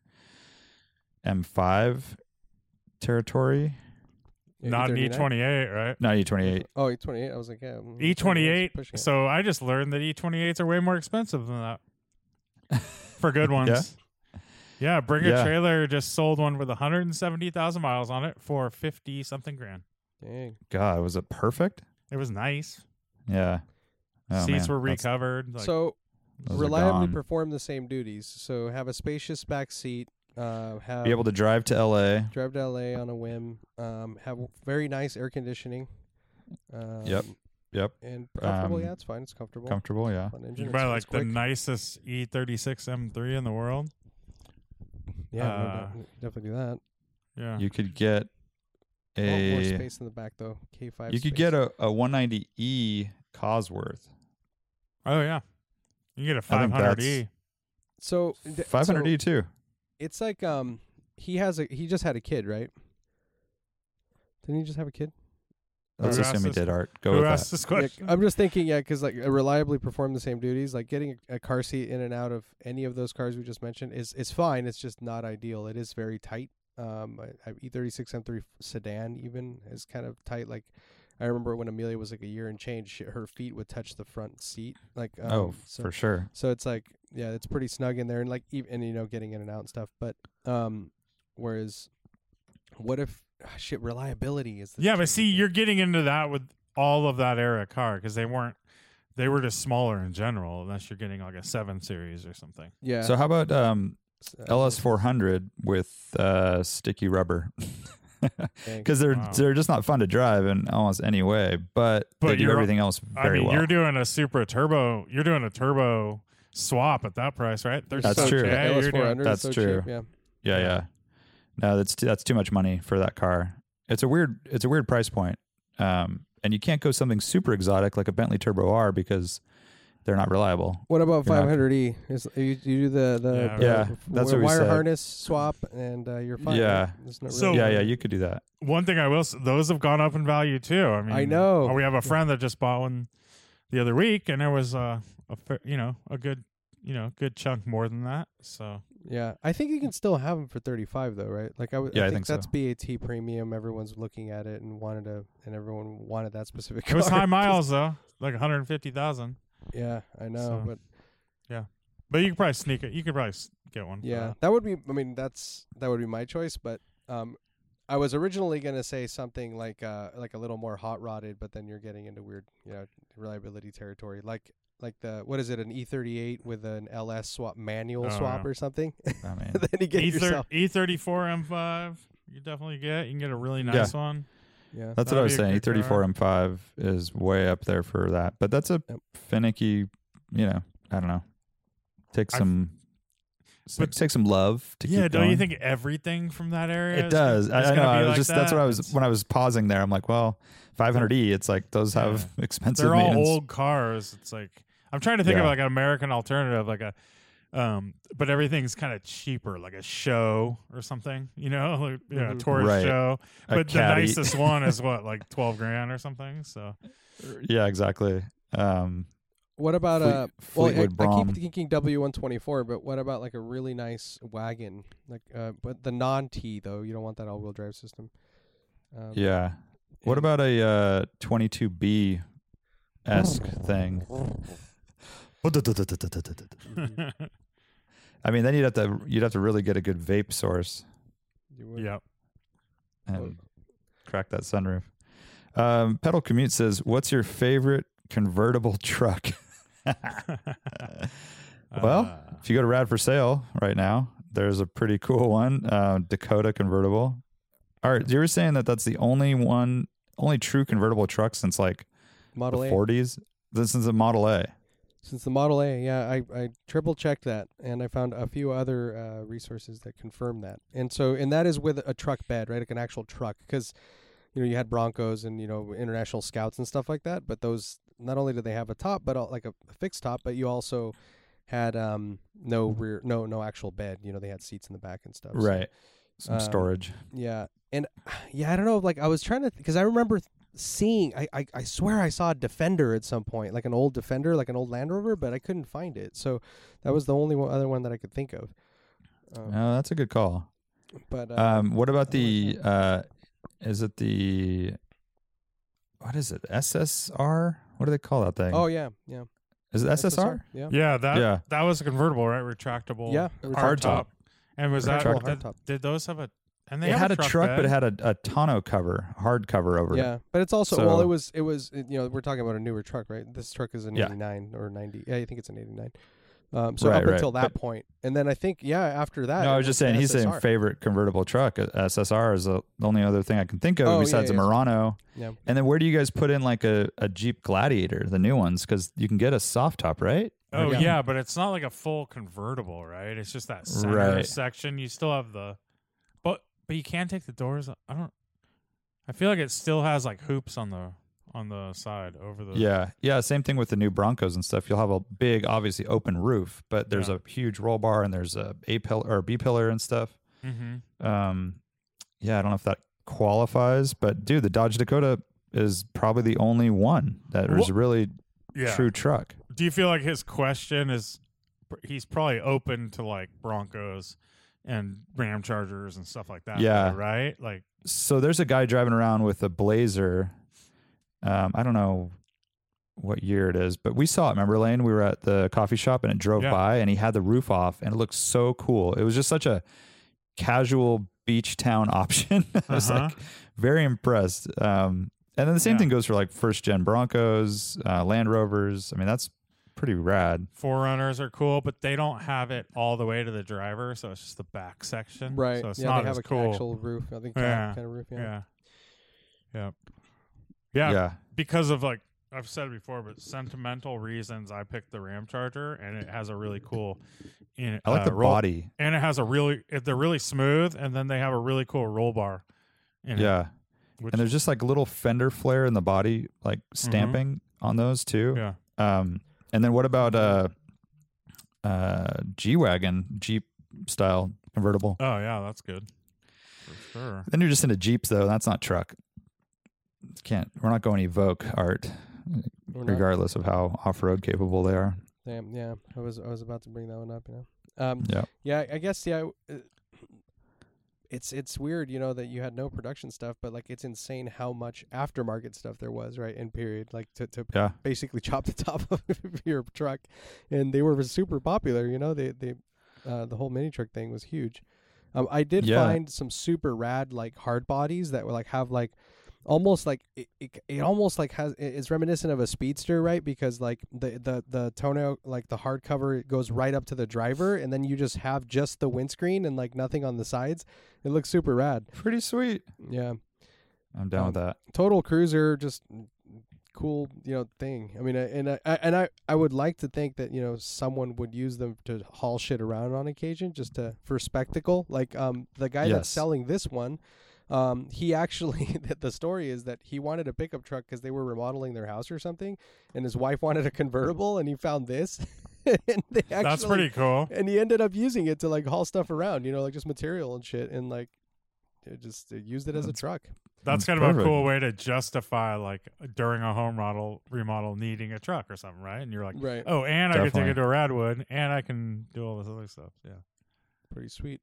S5: M5 territory. E
S6: Yeah, E
S3: Not an E
S6: E39.
S3: E28, right?
S5: Not E28.
S6: Oh, E28. I was like, yeah. mm, it's pushing
S3: E28.
S6: it.
S3: E So I just learned that E28s are way more expensive than that
S5: (laughs)
S3: for good ones. yeah. Bring a
S5: Yeah.
S3: trailer just sold one with 170,000 miles on it for 50 something grand.
S6: Dang.
S5: God, was it perfect?
S3: It was nice.
S5: Yeah. Oh,
S3: Seats
S5: man.
S3: were
S5: That's-
S3: recovered. Like,
S6: so
S5: those are
S6: reliably
S5: gone.
S6: perform the same duties. So have a spacious back seat. Uh, have
S5: Be able to drive to LA.
S6: drive to LA on a whim. Um, have w- very nice air conditioning. Um,
S5: Yep. Yep.
S6: and comfortable.
S5: Um,
S6: yeah, it's fine. It's comfortable.
S5: Comfortable. Yeah.
S6: Fun engine.
S3: You
S6: It's-
S3: buy
S6: it's
S3: like the
S6: quick.
S3: nicest E E36 M3 in the world.
S6: yeah, no
S3: uh,
S6: doubt. definitely do that.
S3: Yeah.
S5: You could get
S6: Want more
S5: a.
S6: space in the back though. K five.
S5: You could get a, a 190e Cosworth.
S3: oh yeah. You can get a E.
S5: I think
S3: 500E.
S6: so d-
S5: 500e E too.
S6: It's like um he has a he just had a kid, right? Didn't he just have a kid?
S5: Let's
S3: Who
S5: assume he
S3: asked this-
S5: did art. Go
S3: Who
S5: with
S3: asked
S5: that.
S3: this question?
S6: Yeah, uh, I'm just thinking, yeah, because like I reliably perform the same duties. Like getting a car seat in and out of any of those cars we just mentioned is is fine. It's just not ideal. It is very tight. Um, I, I, E36 M3 sedan even is kind of tight. Like I remember when Amelia was like a year and change, she, her feet would touch the front seat. Like um,
S5: oh,
S6: so-
S5: for sure.
S6: so it's like, yeah, it's pretty snug in there, and like, even and you know, getting in and out and stuff. But um, whereas, what if ah, shit reliability is? the
S3: Yeah, but
S6: tricky
S3: see,
S6: thing.
S3: you're getting into that with all of that era car because they weren't, they were just smaller in general, unless you're getting like a seven series or something.
S6: yeah.
S5: So how about um,
S6: so-
S5: LS400 with uh, sticky rubber? (laughs)
S6: Dang.
S5: Because they're
S3: Wow.
S5: they're just not fun to drive in almost any way, but,
S3: But
S5: they do
S3: you're-
S5: everything else
S3: I
S5: very
S3: mean,
S5: well.
S3: you're doing a super turbo, you're doing a turbo swap at that price, right? They're
S5: That's
S3: so
S5: true.
S3: cheap.
S6: The
S3: Yeah, you're doing-
S6: LS400 is
S5: That's
S6: so
S5: true.
S6: Cheap, yeah.
S5: yeah, yeah. No, that's too, that's too much money for that car. It's a weird it's a weird price point, um, and you can't go something super exotic like a Bentley Turbo R because they're not reliable.
S6: What about
S5: You're not-
S6: 500e? Is you, you do the the
S3: Yeah,
S6: the
S5: Yeah,
S6: w-
S5: that's
S6: wire
S5: what we said.
S6: harness swap, and uh, you're fine.
S5: Yeah.
S6: right? There's not really
S3: So-
S5: yeah, yeah, you could do that.
S3: One thing I will, s- those have gone up in value too. I mean, uh,
S6: I know.
S3: We have a friend that just bought one the other week, and it was uh, a, fair- you know, a good, you know, good chunk more than that. So
S6: Yeah, I think you can still have them for thirty-five though, right? Like I, w-
S5: Yeah, I
S6: I think
S5: think so.
S6: that's BAT premium. Everyone's looking at it and wanted to, and everyone wanted that specific. (laughs)
S3: it was
S6: car.
S3: high miles though, like 150,000.
S6: Yeah, I know,
S3: So-
S6: but
S3: But you could probably sneak it. You could probably s- get one. for
S6: yeah,
S5: Uh,
S3: that.
S6: that would be. I mean, that's that would be my choice, but um, I was originally gonna say something like uh, like a little more hot rodded, but then you're getting into weird, you know, reliability territory, like. Like the what is it an E38 with an LS swap manual
S3: Oh,
S6: swap
S3: yeah.
S6: or something? (laughs)
S3: (laughs)
S5: I mean,
S6: then you get
S3: E
S6: yourself
S3: thirty four M five. You definitely get. You can get a really nice one.
S6: yeah.
S5: That's what
S3: That'd
S5: I was
S3: be a
S5: saying. E
S3: good
S5: E34 M5 is way up there for that, but that's a
S6: Yep.
S5: finicky. You know, I don't know. Take
S3: I've-
S5: some, s-
S3: but-
S5: take some love to
S3: Yeah,
S5: keep.
S3: don't you
S5: going.
S3: think everything from that area?
S5: It
S3: is gonna-
S5: does.
S3: is
S5: I, I
S3: gonna
S5: know.
S3: be
S5: I was
S3: like
S5: just that's
S3: that?
S5: what I was
S3: It's-
S5: when I was pausing there. I'm like, well, 500e. It's like those have (laughs) expensive.
S3: They're all
S5: maintenance.
S3: old cars. It's like I'm trying to think of
S5: Yeah.
S3: like an American alternative, like a, um, but everything's kind of cheaper, like a show or something. You know, (laughs) like, you know, a
S6: Mhm.
S3: tourist
S5: Right.
S3: show.
S5: A
S3: But the
S5: caddy.
S3: nicest one is what, like twelve grand or something. So
S5: (laughs)
S3: (laughs)
S5: Yeah, exactly. Um,
S6: What about
S5: Fleet-
S6: uh
S5: Fleetwood
S6: well, I, I
S5: Brom.
S6: keep thinking W124, but what about like a really nice wagon? Like uh but the non-T though, you don't want that all-wheel drive system. Um,
S5: yeah.
S6: and-
S5: What about a uh, 22b esque
S3: Oh.
S5: thing?
S6: Mm-hmm.
S5: I mean, then you'd have to you'd have to really get a good vape source
S6: you would-
S3: yeah,
S5: and
S3: Oh.
S5: crack that sunroof. Um, Pedal Commute says, "What's your favorite convertible (laughs) truck?" Well,
S3: Uh,
S5: If you go to Rad for Sale right now, there's a pretty cool one, uh, Dakota convertible. All right, you were saying that that's the only one, only true convertible truck since like
S6: Model
S5: the
S6: A.
S5: 40s. This is a Model A.
S6: Since the Model A, yeah, I I triple checked that and I found a few other uh resources that confirm that. And so and that is with a truck bed, right? Like an actual truck cuz you know, you had Broncos and you know, international scouts and stuff like that, but those not only did they have a top, but all, like a, a fixed top, but you also had um no rear no no actual bed you know they had seats in the back and stuff so-
S5: Right. Some
S6: Um,
S5: storage.
S6: yeah and (sighs) yeah i don't know like i was trying to because i remember th- seeing I, I i swear i saw a defender at some point like an old defender like an old land rover but i couldn't find it so that was the only one, other one that i could think of um,
S5: No, oh, that's a good call.
S6: but uh,
S5: Um, what about
S6: I
S5: the,
S6: like
S5: uh, is it the, what is it? SSR? What do they call that thing?
S6: oh yeah yeah
S5: is it SSR?
S6: yeah
S3: yeah, that
S5: Yeah.
S3: that was a convertible, right? Retractable.
S6: Yeah,
S3: hard
S5: retractable.
S3: top. And was that
S5: Retractable
S3: did-
S6: hardtop.
S3: Did, those have a? And they
S5: It
S3: have
S5: had a truck,
S3: bed.
S5: but it had a, a tonneau cover, hard cover over it.
S6: yeah but it's also well
S5: So-
S6: it was it was it- you know we're talking about a newer truck right this truck is an
S5: Yeah.
S6: 89 or 90 yeah i think it's an 89 Um, so
S5: Right,
S6: up
S5: right.
S6: until that point, and then I think yeah, after that.
S5: No, I
S6: it
S5: was just saying
S6: the
S5: he's saying
S6: SSR.
S5: favorite convertible truck. Uh, SSR is the only other thing I can think of
S6: Oh, yeah,
S5: besides
S6: yeah.
S5: a Murano.
S6: Yeah.
S5: And then where do you guys put in like a, a Jeep Gladiator, the new ones? Because you can get a soft top, right?
S3: Oh
S6: Yeah.
S3: yeah. but it's not like a full convertible, right? It's just that center
S5: Right.
S3: section. You still have the, but but you can take the doors. I don't. I feel like it still has like hoops on the on the side over the.
S5: Yeah. Yeah. Same thing with the new Broncos and stuff. You'll have a big, obviously open roof, but there's
S3: Yeah.
S5: a huge roll bar and there's a A pillar or B pillar and stuff.
S3: Mm-hmm.
S5: Um, yeah, I don't know if that qualifies, but dude, the Dodge Dakota is probably the only one that is
S3: Wha-
S5: really
S3: Yeah.
S5: true truck.
S3: Do you feel like his question is? He's probably open to like Broncos and Ram Chargers and stuff like that.
S5: Yeah.
S3: though, Right. Like.
S5: so there's a guy driving around with a blazer. Um, I don't know what year it is, but we saw it. Remember, Lane? We were at the coffee shop and it drove
S3: Yeah.
S5: by, and he had the roof off, and it looked so cool. It was just such a casual beach town (laughs) option. I was
S3: Uh-huh.
S5: like very impressed. Um, and then the same
S3: Yeah.
S5: thing goes for like first gen Broncos, uh, Land Rovers. I mean, that's pretty rad.
S3: Forerunners are cool, but they don't have it all the way to the driver, so it's just the back section.
S6: Right.
S3: So it's
S6: yeah,
S3: not
S6: they
S3: as
S6: have a
S3: cool.
S6: actual roof. I think
S3: Yeah.
S6: kind of roof. Yeah.
S3: yeah. Yeah. Yeah.
S5: yeah.
S3: because of like I've said it before, but sentimental reasons, I picked the Ram Charger, and it has a really cool. In,
S5: I like
S3: uh,
S5: the
S3: roll-
S5: body.
S3: and it has a really. it- They're really smooth, and then they have a really cool roll bar. in it,
S5: Yeah.
S3: which-
S5: and there's just like little fender flare in the body, like
S3: Mm-hmm.
S5: stamping on those too.
S3: yeah,
S5: Um, and then what about uh, uh, G wagon Jeep style convertible?
S3: oh yeah, that's good. For sure.
S5: Then you're just into Jeeps though. That's not truck. Can't we're not going evoke art,
S6: Or not.
S5: regardless of how off road capable they are.
S6: Damn. Yeah. I was I was about to bring that one up. You know. Um,
S5: Yeah.
S6: Yeah, I guess yeah. uh, It's it's weird, you know, that you had no production stuff, but like it's insane how much aftermarket stuff there was, right? In period, like to to
S5: Yeah.
S6: basically (laughs) chop the top of your truck, and they were super popular. You know, they they uh, the whole mini truck thing was huge. Um, I did
S5: Yeah.
S6: find some super rad like hard bodies that were like have like almost like it, it, it almost like has it- it's reminiscent of a speedster right because like the the the toenail like the hardcover it goes right up to the driver and then you just have just the windscreen and like nothing on the sides it looks super rad
S5: Pretty sweet.
S6: yeah
S5: I'm down
S3: Um,
S5: with that.
S6: total cruiser just cool you know thing i mean I- and i I- and i i would like to think that you know someone would use them to haul shit around on occasion just to for spectacle like um the guy
S5: Yes.
S6: that's selling this one um he actually (laughs) that the story is that he wanted a pickup truck because they were remodeling their house or something and his wife (laughs) wanted a convertible and he found this (laughs) and they actually
S3: that's pretty cool.
S6: and he ended up using it to like haul stuff around you know like just material and shit and like it just it used it as a
S5: That's
S6: truck
S3: That's
S5: That's
S3: kind of a
S5: Mm, perfect.
S3: cool way to justify like during a home model remodel needing a truck or something, right? And you're like,
S6: right
S3: oh, and I can take
S5: Definitely.
S3: it to Radwood, and I can do all this other stuff. Yeah.
S6: pretty sweet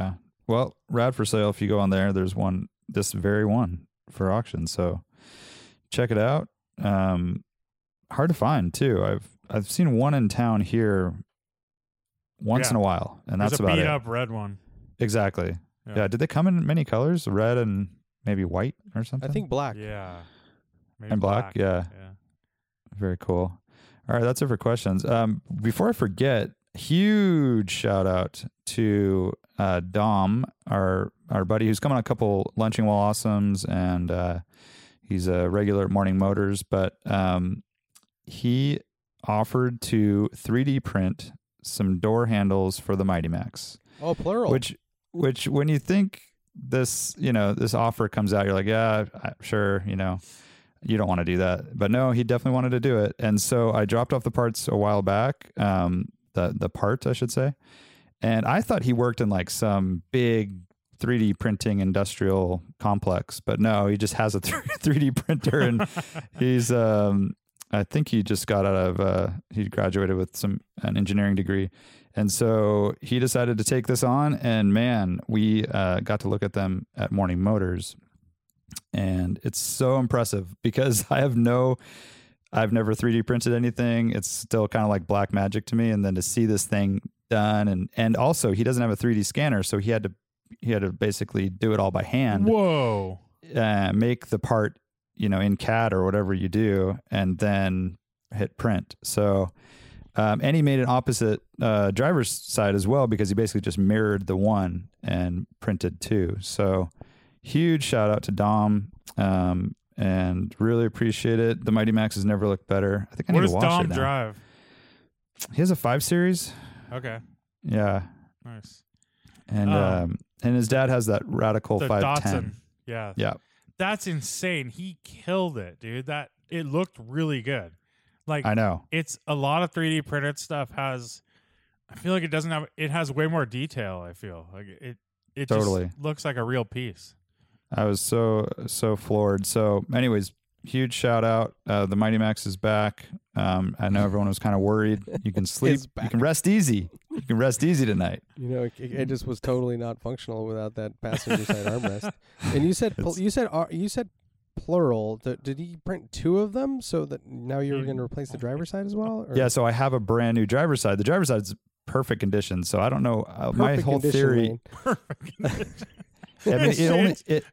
S5: Yeah. Well, rad for sale. If you go on there, there's one, this very one for auction. So check it out. Um, hard to find too. I've, I've seen one in town here once
S3: Yeah.
S5: in a while and
S3: There's
S5: that's
S3: a
S5: about
S3: beat
S5: it.
S3: up red one.
S5: Exactly.
S3: Yeah.
S5: Yeah. Did they come in many colors? Red and maybe white or something?
S6: I think black.
S3: Yeah. Maybe
S5: And black, yeah.
S3: Yeah.
S5: Very cool. All right, that's it for questions. Um, before I forget, huge shout out to uh, Dom, our our buddy who's coming on a couple lunching while awesomes, and uh, he's a regular at Morning Motors, but um, he offered to 3D print some door handles for the Mighty Max.
S6: Oh, plural.
S5: Which, which, when you think this, you know, this offer comes out, you're like, yeah, I- sure, you know, you don't want to do that, but no, he definitely wanted to do it, and so I dropped off the parts a while back, um, the the part, I should say, and I thought he worked in like some big. 3D printing industrial complex, but no, he just has a (laughs) 3D printer and he's um I think he just got out of uh he graduated with some an engineering degree. And so he decided to take this on and man, we uh got to look at them at Morning Motors. And it's so impressive because (laughs) I have no I've never 3D printed anything. It's still kind of like black magic to me and then to see this thing done and and also he doesn't have a 3D scanner, so he had to he had to basically do it all by hand
S3: Whoa.
S5: uh, make the part, you know, in CAD or whatever you do, and then hit print. So Um, and he made an opposite uh, driver's side as well because he basically just mirrored the one and printed two. So huge shout out to Dom um, and really appreciate it. The Mighty Max has never looked better. I think I
S3: What
S5: need
S3: does
S5: to watch
S3: Dom
S5: it now.
S3: drive?
S5: He has a five series.
S3: Okay,
S5: Yeah.
S3: nice.
S5: And
S3: Oh.
S5: um, and his dad has that radical
S3: The
S5: five
S3: Datsun.
S5: ten.
S3: Yeah,
S5: Yeah.
S3: that's insane. He killed it, dude. That it looked really good. Like
S5: I know.
S3: it's a lot of 3D printed stuff has I feel like it doesn't have it has way more detail, I feel. Like it it
S5: Totally.
S3: just looks like a real piece. (laughs)
S5: I was so so floored. So, anyways, huge shout out. Uh, the Mighty Max is back. Um, I know everyone was kind of worried.
S6: (laughs)
S5: You can sleep.
S6: It's
S5: you can rest easy. You can rest easy tonight.
S6: You know, it, it just was totally not functional without that passenger side
S5: (laughs)
S6: armrest. And you said pl-
S5: It's-
S6: you said ar- you said plural. D- did he print two of them so that now you're
S3: He-
S5: Mm.
S6: going to replace the driver's side as well? Or
S5: Yeah. So I have a brand new driver's side. The driver's side's perfect condition. So I don't know. Uh, my
S6: perfect
S5: whole
S6: condition,
S5: theory.
S6: Wayne.
S5: (laughs) I mean, it
S3: Shit.
S6: (laughs)
S5: only it.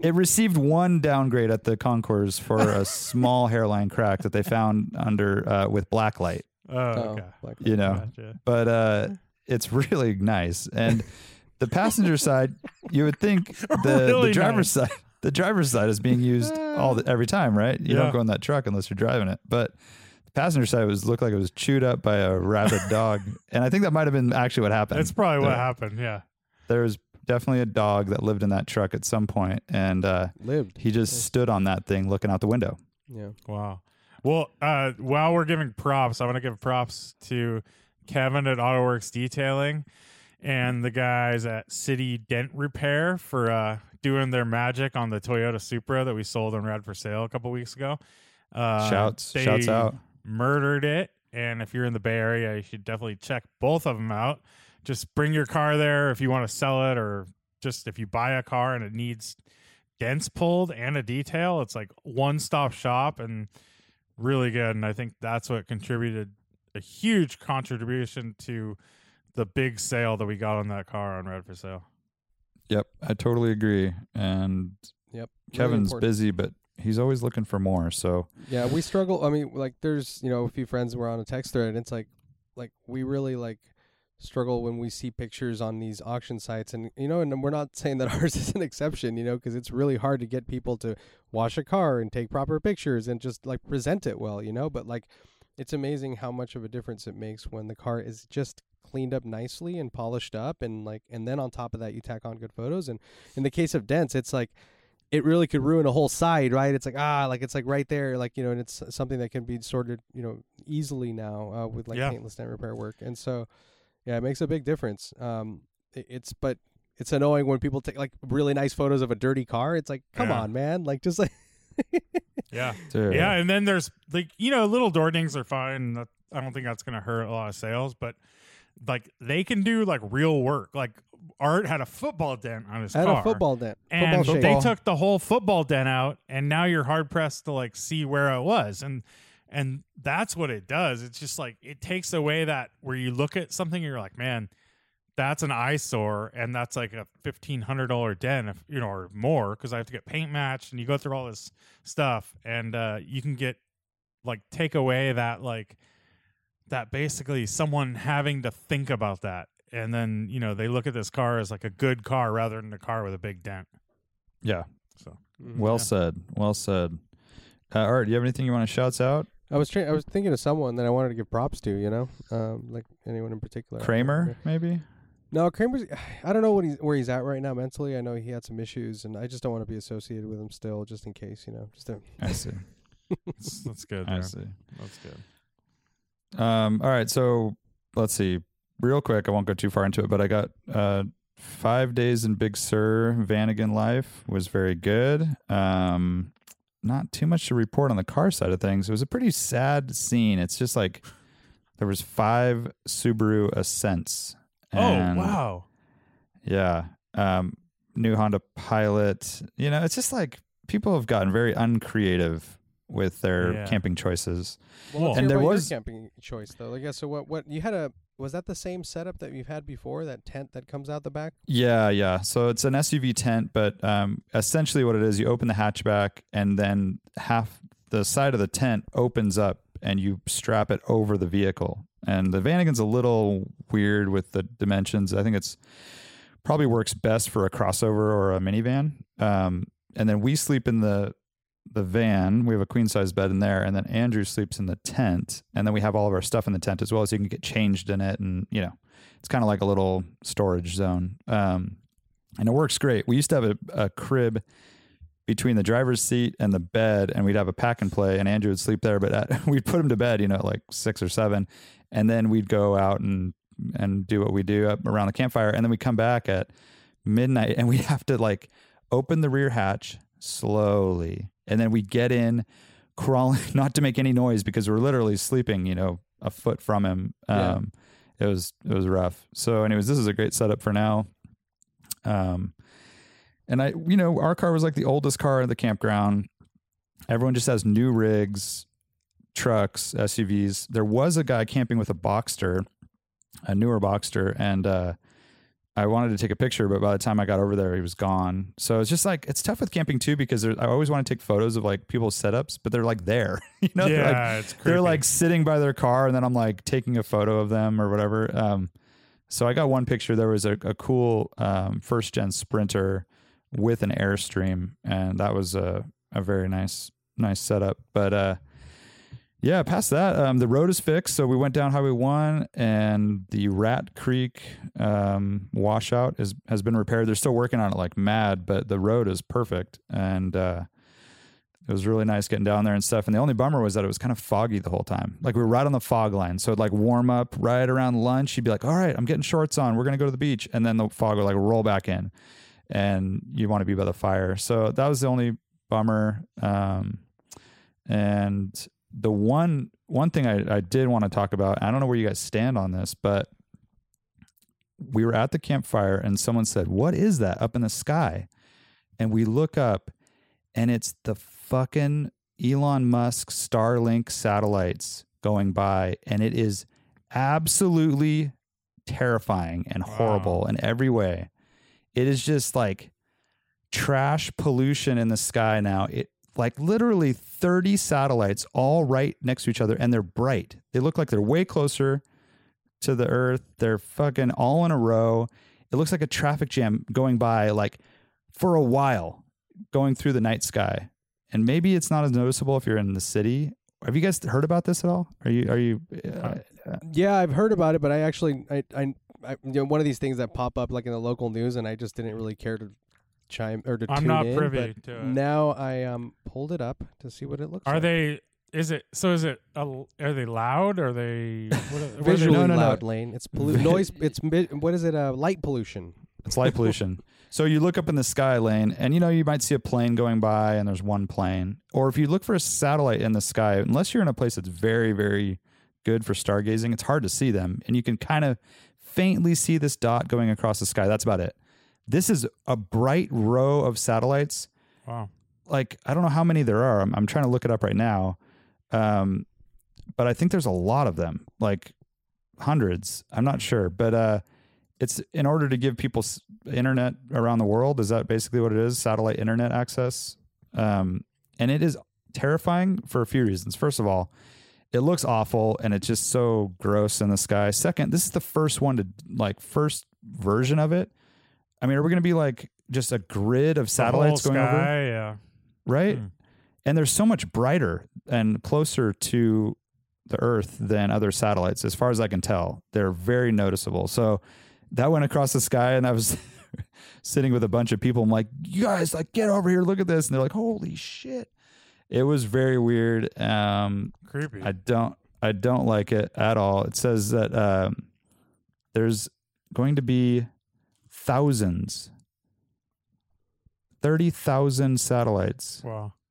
S5: It received one downgrade at the concourse for a small hairline crack that they found under uh, with black light.
S3: Oh,
S6: Oh,
S3: okay.
S6: like-
S5: You know,
S3: Gotcha.
S5: but uh,
S3: Mm.
S5: it's really nice.
S3: (laughs)
S5: And the passenger side, you would think the,
S3: Really Uh.
S5: the driver's side, the driver's side is being used all the, every time, right? You
S3: Yeah.
S5: don't go in that truck unless you're driving it. But the passenger side was looked like it was chewed up by
S3: (laughs)
S5: a rabid dog, and I think that might have been actually what happened.
S3: That's probably what
S5: Yeah.
S3: happened, yeah.
S5: there was definitely a dog that lived in that truck at some point, and uh,
S6: lived.
S5: he just stood on that thing looking out the window.
S6: Yeah.
S3: Wow. Well, uh, while we're giving props, I want to give props to Kevin at AutoWorks Detailing and the guys at City Dent Repair for uh, doing their magic on the Toyota Supra that we sold and read for sale a couple weeks ago. Uh,
S5: Shouts,
S3: they
S5: shouts out.
S3: Murdered it. And if you're in the Bay Area, you should definitely check both of them out. Just bring your car there if you want to sell it, or just if you buy a car and it needs dents pulled and a detail. It's like one stop shop and really good. And I think that's what contributed a huge contribution to the big sale that we got on that car on Red for Sale.
S5: Yep, I totally agree. And
S6: Yep. Really
S5: Kevin's
S6: important.
S5: busy, but he's always looking for more. So
S6: Yeah, we struggle. I mean, like, there's you know a few friends we're on a text thread, and it's like, like we really like struggle when we see pictures on these auction sites, and you know, and we're not saying that (laughs) ours is an exception, you know, because it's really hard to get people to wash a car and take proper pictures and just like present it well, you know. But like, it's amazing how much of a difference it makes when the car is just cleaned up nicely and polished up, and like, and then on top of that, you tack on good photos. And in the case of dents, it's like it really could ruin a whole side, right? It's like ah, like it's like right there, like you know, and it's something that can be sorted, you know, easily now uh, with like
S3: Yeah.
S6: paintless dent repair work, and so yeah, it makes a big difference. Um, i- it's but it's annoying when people take like really nice photos of a dirty car. It's like come
S3: Yeah.
S6: on, man, like just like (laughs)
S3: Yeah.
S5: Dude.
S3: Yeah, and then there's like you know little door dings are fine. That, I don't think that's gonna hurt a lot of sales, but like they can do like real work. Like Art had a football dent on his
S6: I had
S3: car,
S6: a football dent,
S3: and
S6: football shape.
S3: they took the whole football dent out, and now you're hard pressed to like see where it was, and and that's what it does. It's just like it takes away that where you look at something and you're like, man, that's an eyesore, and that's like a fifteen hundred dollar dent, if, you know, or more, because I have to get paint matched, and you go through all this stuff and uh you can get like take away that like that basically someone having to think about that and then you know they look at this car as like a good car rather than a car with a big dent
S5: Yeah.
S3: so
S5: Well
S3: Yeah.
S5: said. Well said. Uh, Art, do you have anything you want to shout out?
S6: I was tra- I was thinking of someone that I wanted to give props to, you know, um, like anyone in particular. I can't remember.
S5: Kramer, maybe?
S6: No, Kramer's. (sighs) I don't know what he's where he's at right now mentally. I know he had some issues, and I just don't want to be associated with him still, just in case, you know. Just to,
S5: I see.
S3: that's, that's good
S5: (laughs) I
S3: man.
S5: see.
S3: that's good
S5: Um, all right. So let's see. Real quick, I won't go too far into it, but I got uh, five days in Big Sur Vanagon life was very good. Um, not too much to report on the car side of things. It was a pretty sad scene. It's just like there was five Subaru Ascents. and-
S3: oh wow
S5: Yeah. Um, new Honda Pilot. You know, it's just like people have gotten very uncreative with their
S3: Yeah.
S5: camping choices.
S3: well,
S6: Let's
S5: and
S6: hear
S5: there
S6: about your
S5: was-
S6: camping choice though. Like, yeah, so what? What you had a was that the same setup that you've had before? That tent that comes out the back.
S5: Yeah, yeah. So it's an SUV tent, but um, essentially what it is, you open the hatchback and then half the side of the tent opens up and you strap it over the vehicle. And the Vanagon's a little weird with the dimensions. I think it's probably works best for a crossover or a minivan. Um, and then we sleep in the the van. We have a queen size bed in there, and then Andrew sleeps in the tent. And then we have all of our stuff in the tent as well, so you can get changed in it. And you know, it's kind of like a little storage zone. Um, and it works great. We used to have a, a crib between the driver's seat and the bed, and we'd have a pack and play, and Andrew would sleep there. But at, (laughs) we'd put him to bed, you know, at like six or seven, and then we'd go out and and do what we do up around the campfire, and then we come back at midnight, and we (laughs) have to like open the rear hatch slowly, and then we get in, crawling, (laughs) not to make any noise because we're literally sleeping, you know, a foot from him.
S6: Yeah.
S5: Um, It was it was rough. So, anyways, this is a great setup for now. Um, and I, you know, our car was like the oldest car at the campground. Everyone just has new rigs, trucks, SUVs. There was a guy camping with a Boxster, a newer Boxster, and uh, I wanted to take a picture, but by the time I got over there, he was gone. So it's just like it's tough with camping too because there, I always want to take photos of like people's setups, but they're like there, (laughs) you know, they're, like,
S3: yeah, it's creepy.
S5: they're like sitting by their car and then i'm like taking a photo of them or whatever um, so i got one picture there was a, a cool um, first gen sprinter with an airstream and that was a, a very nice nice setup but uh, yeah past that um, the road is fixed so we went down highway 1 and the rat creek um, washout is, has been repaired they're still working on it like mad but the road is perfect and uh, it was really nice getting down there and stuff. And the only bummer was that it was kind of foggy the whole time. Like we were right on the fog line. So it'd like warm up right around lunch. You'd be like, all right, I'm getting shorts on. We're going to go to the beach. And then the fog would like roll back in and you want to be by the fire. So that was the only bummer. Um, and the one, one thing I, I did want to talk about, I don't know where you guys stand on this, but we were at the campfire and someone said, what is that up in the sky? And we look up and it's the fucking Elon Musk Starlink satellites going by, and it is absolutely terrifying and
S3: Wow.
S5: horrible in every way. It is just like trash pollution in the sky now. It like literally 30 satellites all right next to each other and they're bright. They look like they're way closer to the earth. They're fucking all in a row. It looks like a traffic jam going by like for a while going through the night sky. And maybe it's not as noticeable if you're in the city. Have you guys heard about this at all? Are you are you uh,
S6: Yeah, I've heard about it, but I actually, I, I, I you know, one of these things that pop up like in the local news, and I just didn't really care to chime or to
S3: I'm
S6: tune
S3: not
S6: in,
S3: privy
S6: but
S3: to it.
S6: Now I um pulled it up to see what it looks.
S3: Are
S6: like.
S3: they? Is it? So is it? A, are they loud? Are they? What are, what are they
S6: visually
S5: no, no, no.
S6: loud? Lane, it's
S5: (laughs)
S6: pollu- noise. It's mi- what is it? Uh, light pollution.
S5: It's light pollution. so you look up in the sky lane, and you know you might see a plane going by, and there's one plane. Or if you look for a satellite in the sky, unless you're in a place that's very, very good for stargazing, it's hard to see them, and you can kind of faintly see this dot going across the sky. That's about it. This is a bright row of satellites.
S3: Wow.
S5: Like I don't know how many there are. I'm, I'm trying to look it up right now, um, but I think there's a lot of them, like hundreds. I'm not sure, but uh, it's in order to give people s- internet around the world. Is that basically what it is? Satellite internet access. Um, and it is terrifying for a few reasons. First of all, it looks awful and it's just so gross in the sky. Second, this is the first one to like first version of it. I mean, are we going to be like just a grid of
S3: The whole
S5: satellites going
S3: sky,
S5: over?
S3: Yeah.
S5: Right.
S3: Hmm.
S5: And they're so much brighter and closer to the Earth than other satellites, as far as I can tell. They're very noticeable. So that went across the sky, and I was (laughs) sitting with a bunch of people. I'm like, you guys, like, get over here, look at this. And they're like, holy shit. It was very weird. Um,
S3: Creepy.
S5: I don't I don't like it at all. It says that um, there's going to be thousands, thirty thousand satellites. (laughs)
S3: wow. (laughs)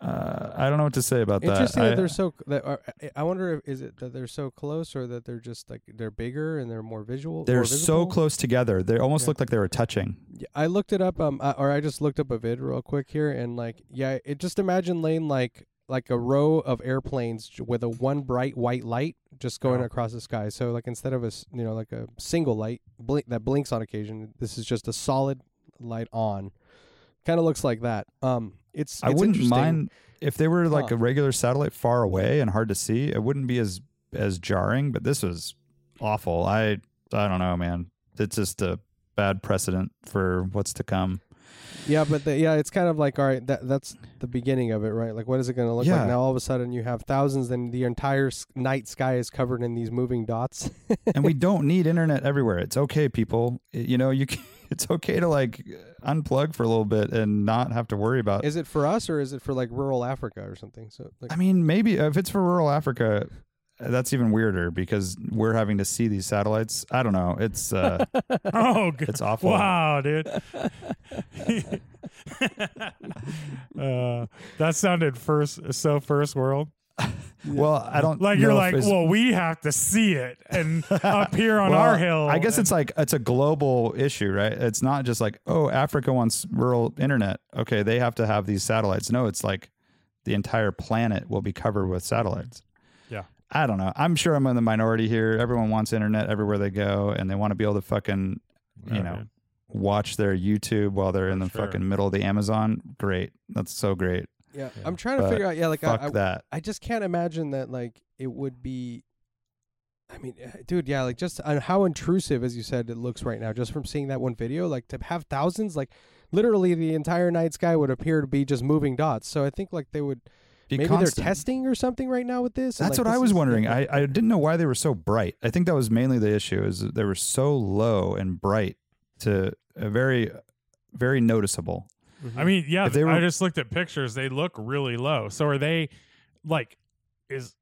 S5: Uh, I don't know what to say about that.
S6: Interesting
S5: I-
S6: that they're so. That are, I- I wonder if is it that they're so close, or that they're just like they're bigger and they're more visual.
S5: they're
S6: more
S5: so
S6: visible?
S5: close together. They almost
S6: Yeah.
S5: looked like they were touching.
S6: Yeah, I looked it up, um, I, or I just looked up a vid real quick here, and like, yeah, it just imagine Lane like like a row of airplanes j- with a one bright white light just going
S3: Yeah.
S6: across the sky. So like instead of a s- you know like a single light blink that blinks on occasion, this is just a solid light on. Kind of looks like that. Um, It's, it's
S5: I wouldn't
S6: interesting.
S5: mind if they were like
S6: Huh.
S5: a regular satellite far away and hard to see. It wouldn't be as as jarring, but this was awful. I I don't know, man. It's just a bad precedent for what's to come.
S6: Yeah, but the, yeah, it's kind of like all right, that that's the beginning of it, right? Like, what is it going to look
S5: Yeah.
S6: like now? All of a sudden, you have thousands, and the entire s- night sky is covered in these moving dots. (laughs)
S5: and we don't need internet everywhere. It's okay, people. You know, you (laughs) can, it's okay to like unplug for a little bit and not have to worry about
S6: is it for us or is it for like rural Africa or something? So, like,
S5: I mean, maybe uh, if it's for rural Africa, that's even weirder because we're having to see these satellites. I don't know. It's uh,
S3: Oh, good.
S5: it's awful.
S3: Wow,
S5: (laughs)
S3: dude. (laughs) uh, that sounded first so first world.
S5: Well, I don't
S3: Like you're
S5: know if
S3: like,
S5: it's-
S3: well, we have to see it
S5: (laughs)
S3: and up here on
S5: well,
S3: our hill.
S5: I guess
S3: and-
S5: it's like it's a global issue, right? It's not just like oh, Africa wants rural internet. Okay, they have to have these satellites. No, it's like the entire planet will be covered with satellites.
S3: Yeah.
S5: I don't know. I'm sure I'm in the minority here. Everyone wants internet everywhere they go, and they want to be able to fucking
S3: Yeah,
S5: you know
S3: dude.
S5: watch their YouTube while they're in the
S3: Sure.
S5: fucking middle of the Amazon. Great, that's so great.
S6: yeah, I'm trying to
S5: But
S6: figure out. Yeah, like I,
S5: Fuck
S6: I,
S5: that.
S6: I just can't imagine that like it would be. I mean, eh, dude, yeah, like just uh, how intrusive, as you said, it looks right now, just from seeing that one video. Like to have thousands, like literally the entire night sky would appear to be just moving dots. So I think like they would
S5: Be
S6: maybe
S5: constant.
S6: they're testing or something right now with this. and,
S5: That's
S6: like,
S5: what I
S6: this
S5: was
S6: is-
S5: wondering.
S6: yeah,
S5: I, I didn't know why they were so bright. I think that was mainly the issue is that they were so low and bright to a very very noticeable.
S3: I mean, yeah,
S5: If they
S3: I
S5: were-
S3: just looked at pictures. They look really low. So are they like is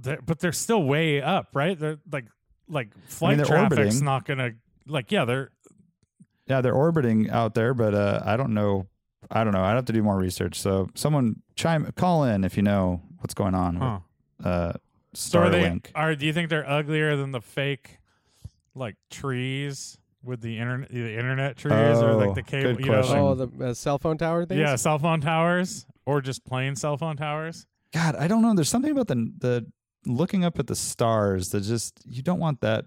S3: they're, but they're still way up, right? They're like like flight
S5: they're
S3: traffic's
S5: orbiting.
S3: not gonna like yeah, they're
S5: Yeah, they're orbiting out there, but uh, I don't know. I don't know. I'd have to do more research. So someone chime call in if you know what's going on.
S3: huh.
S5: With, uh,
S3: So are they
S5: Starlink.
S3: are do you think they're uglier than the fake like trees with the internet the internet trees or
S5: Oh,
S3: like the cable
S5: good
S3: you know
S5: question.
S3: like,
S6: Oh, the uh, cell phone tower things.
S3: yeah, cell phone towers or just plain cell phone towers?
S5: God, I don't know. There's something about the the looking up at the stars that just you don't want that.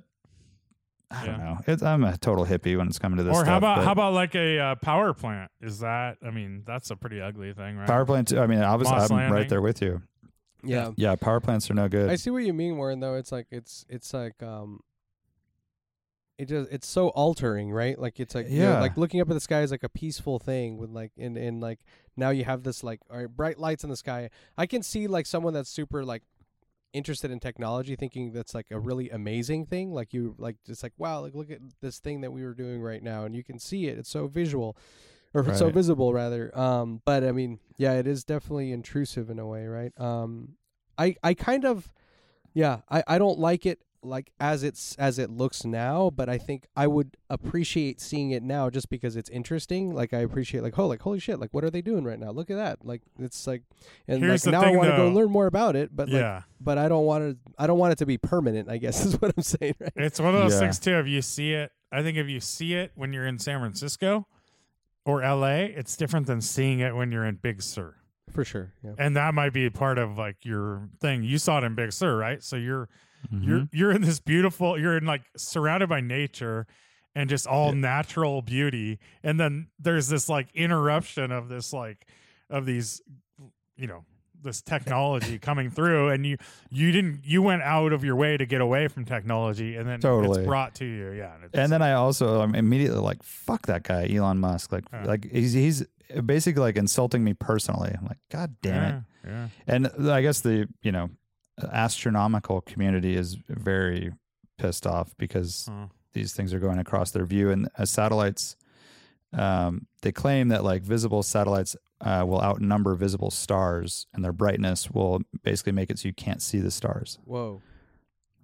S5: I don't
S3: Yeah.
S5: know. It's, I'm a total hippie when it's coming to this.
S3: Or how
S5: stuff,
S3: about
S5: but-
S3: how about like a uh, power plant? Is that I mean, that's a pretty ugly thing, right?
S5: Power plant. Too. I mean, obviously,
S3: Moss
S5: I'm
S3: Landing.
S5: right there with you.
S6: yeah.
S5: Yeah, power plants are no good.
S6: I see what you mean, Warren. Though it's like it's it's like um, it just it's so altering, right? Like it's like yeah,
S5: Yeah.
S6: like looking up at the sky is like a peaceful thing with like and and like now you have this like all right, bright lights in the sky. I can see like someone that's super like interested in technology thinking that's like a really amazing thing like you like just like wow like look at this thing that we were doing right now and you can see it it's so visual or so
S5: Right.
S6: visible rather um but i mean yeah it is definitely intrusive in a way right um i i kind of yeah i i don't like it like as it's as it looks now but i think i would appreciate seeing it now just because it's interesting like i appreciate like oh like holy shit like what are they doing right now look at that like it's like and
S3: Here's the
S6: like now i
S3: thing,
S6: want to go
S3: though.
S6: learn more about it but like
S3: yeah.
S6: but I don't want to. I don't want it to be permanent. I guess (laughs) is what I'm saying. Right?
S3: It's one of those
S5: Yeah.
S3: things too. If you see it, I think if you see it when you're in San Francisco or LA, it's different than seeing it when you're in Big Sur.
S6: For sure. Yeah.
S3: And that might be part of like your thing. You saw it in Big Sur, right? So you're
S5: Mhm.
S3: you're you're in this beautiful you're in like surrounded by nature and just all natural beauty. And then there's this like interruption of this like of these you know this
S5: (laughs)
S3: technology coming through and you you didn't you went out of your way to get away from technology and then
S5: Totally.
S3: it's brought to you yeah and, it's,
S5: and then I also I'm immediately like, fuck that guy, Elon Musk. Like,
S3: Yeah.
S5: like he's he's basically like insulting me personally. I'm like, god damn it.
S3: yeah, yeah.
S5: And I guess the you know astronomical community is very pissed off because
S6: Hmm.
S3: Huh.
S5: these things are going across their view and as satellites um, they claim that like visible satellites uh, will outnumber visible stars and their brightness will basically make it so you can't see the stars
S6: Whoa.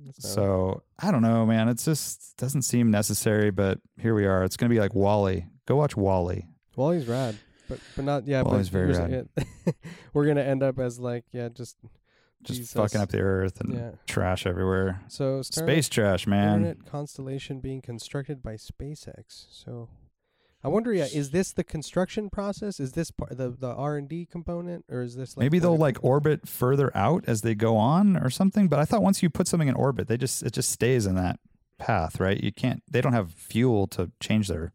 S6: That's not-
S5: so i don't know man it's just doesn't seem necessary but here we are it's going to be like wally go watch wally
S6: Wally's rad, but but not yeah. but
S5: Wally's very
S6: here's- yeah. (laughs) we're gonna end up as like yeah, just
S5: just
S6: Jesus.
S5: fucking up the earth and
S6: Yeah.
S5: trash everywhere
S6: so Starlink
S5: space trash man
S6: internet constellation being constructed by SpaceX. So I wonder, yeah, is this the construction process? Is this part the the R and D component, or is this like
S5: Maybe
S6: what
S5: they'll
S6: it-
S5: like orbit further out as they go on or something. But I thought once you put something in orbit, they just it just stays in that path, right? You can't they don't have fuel to change their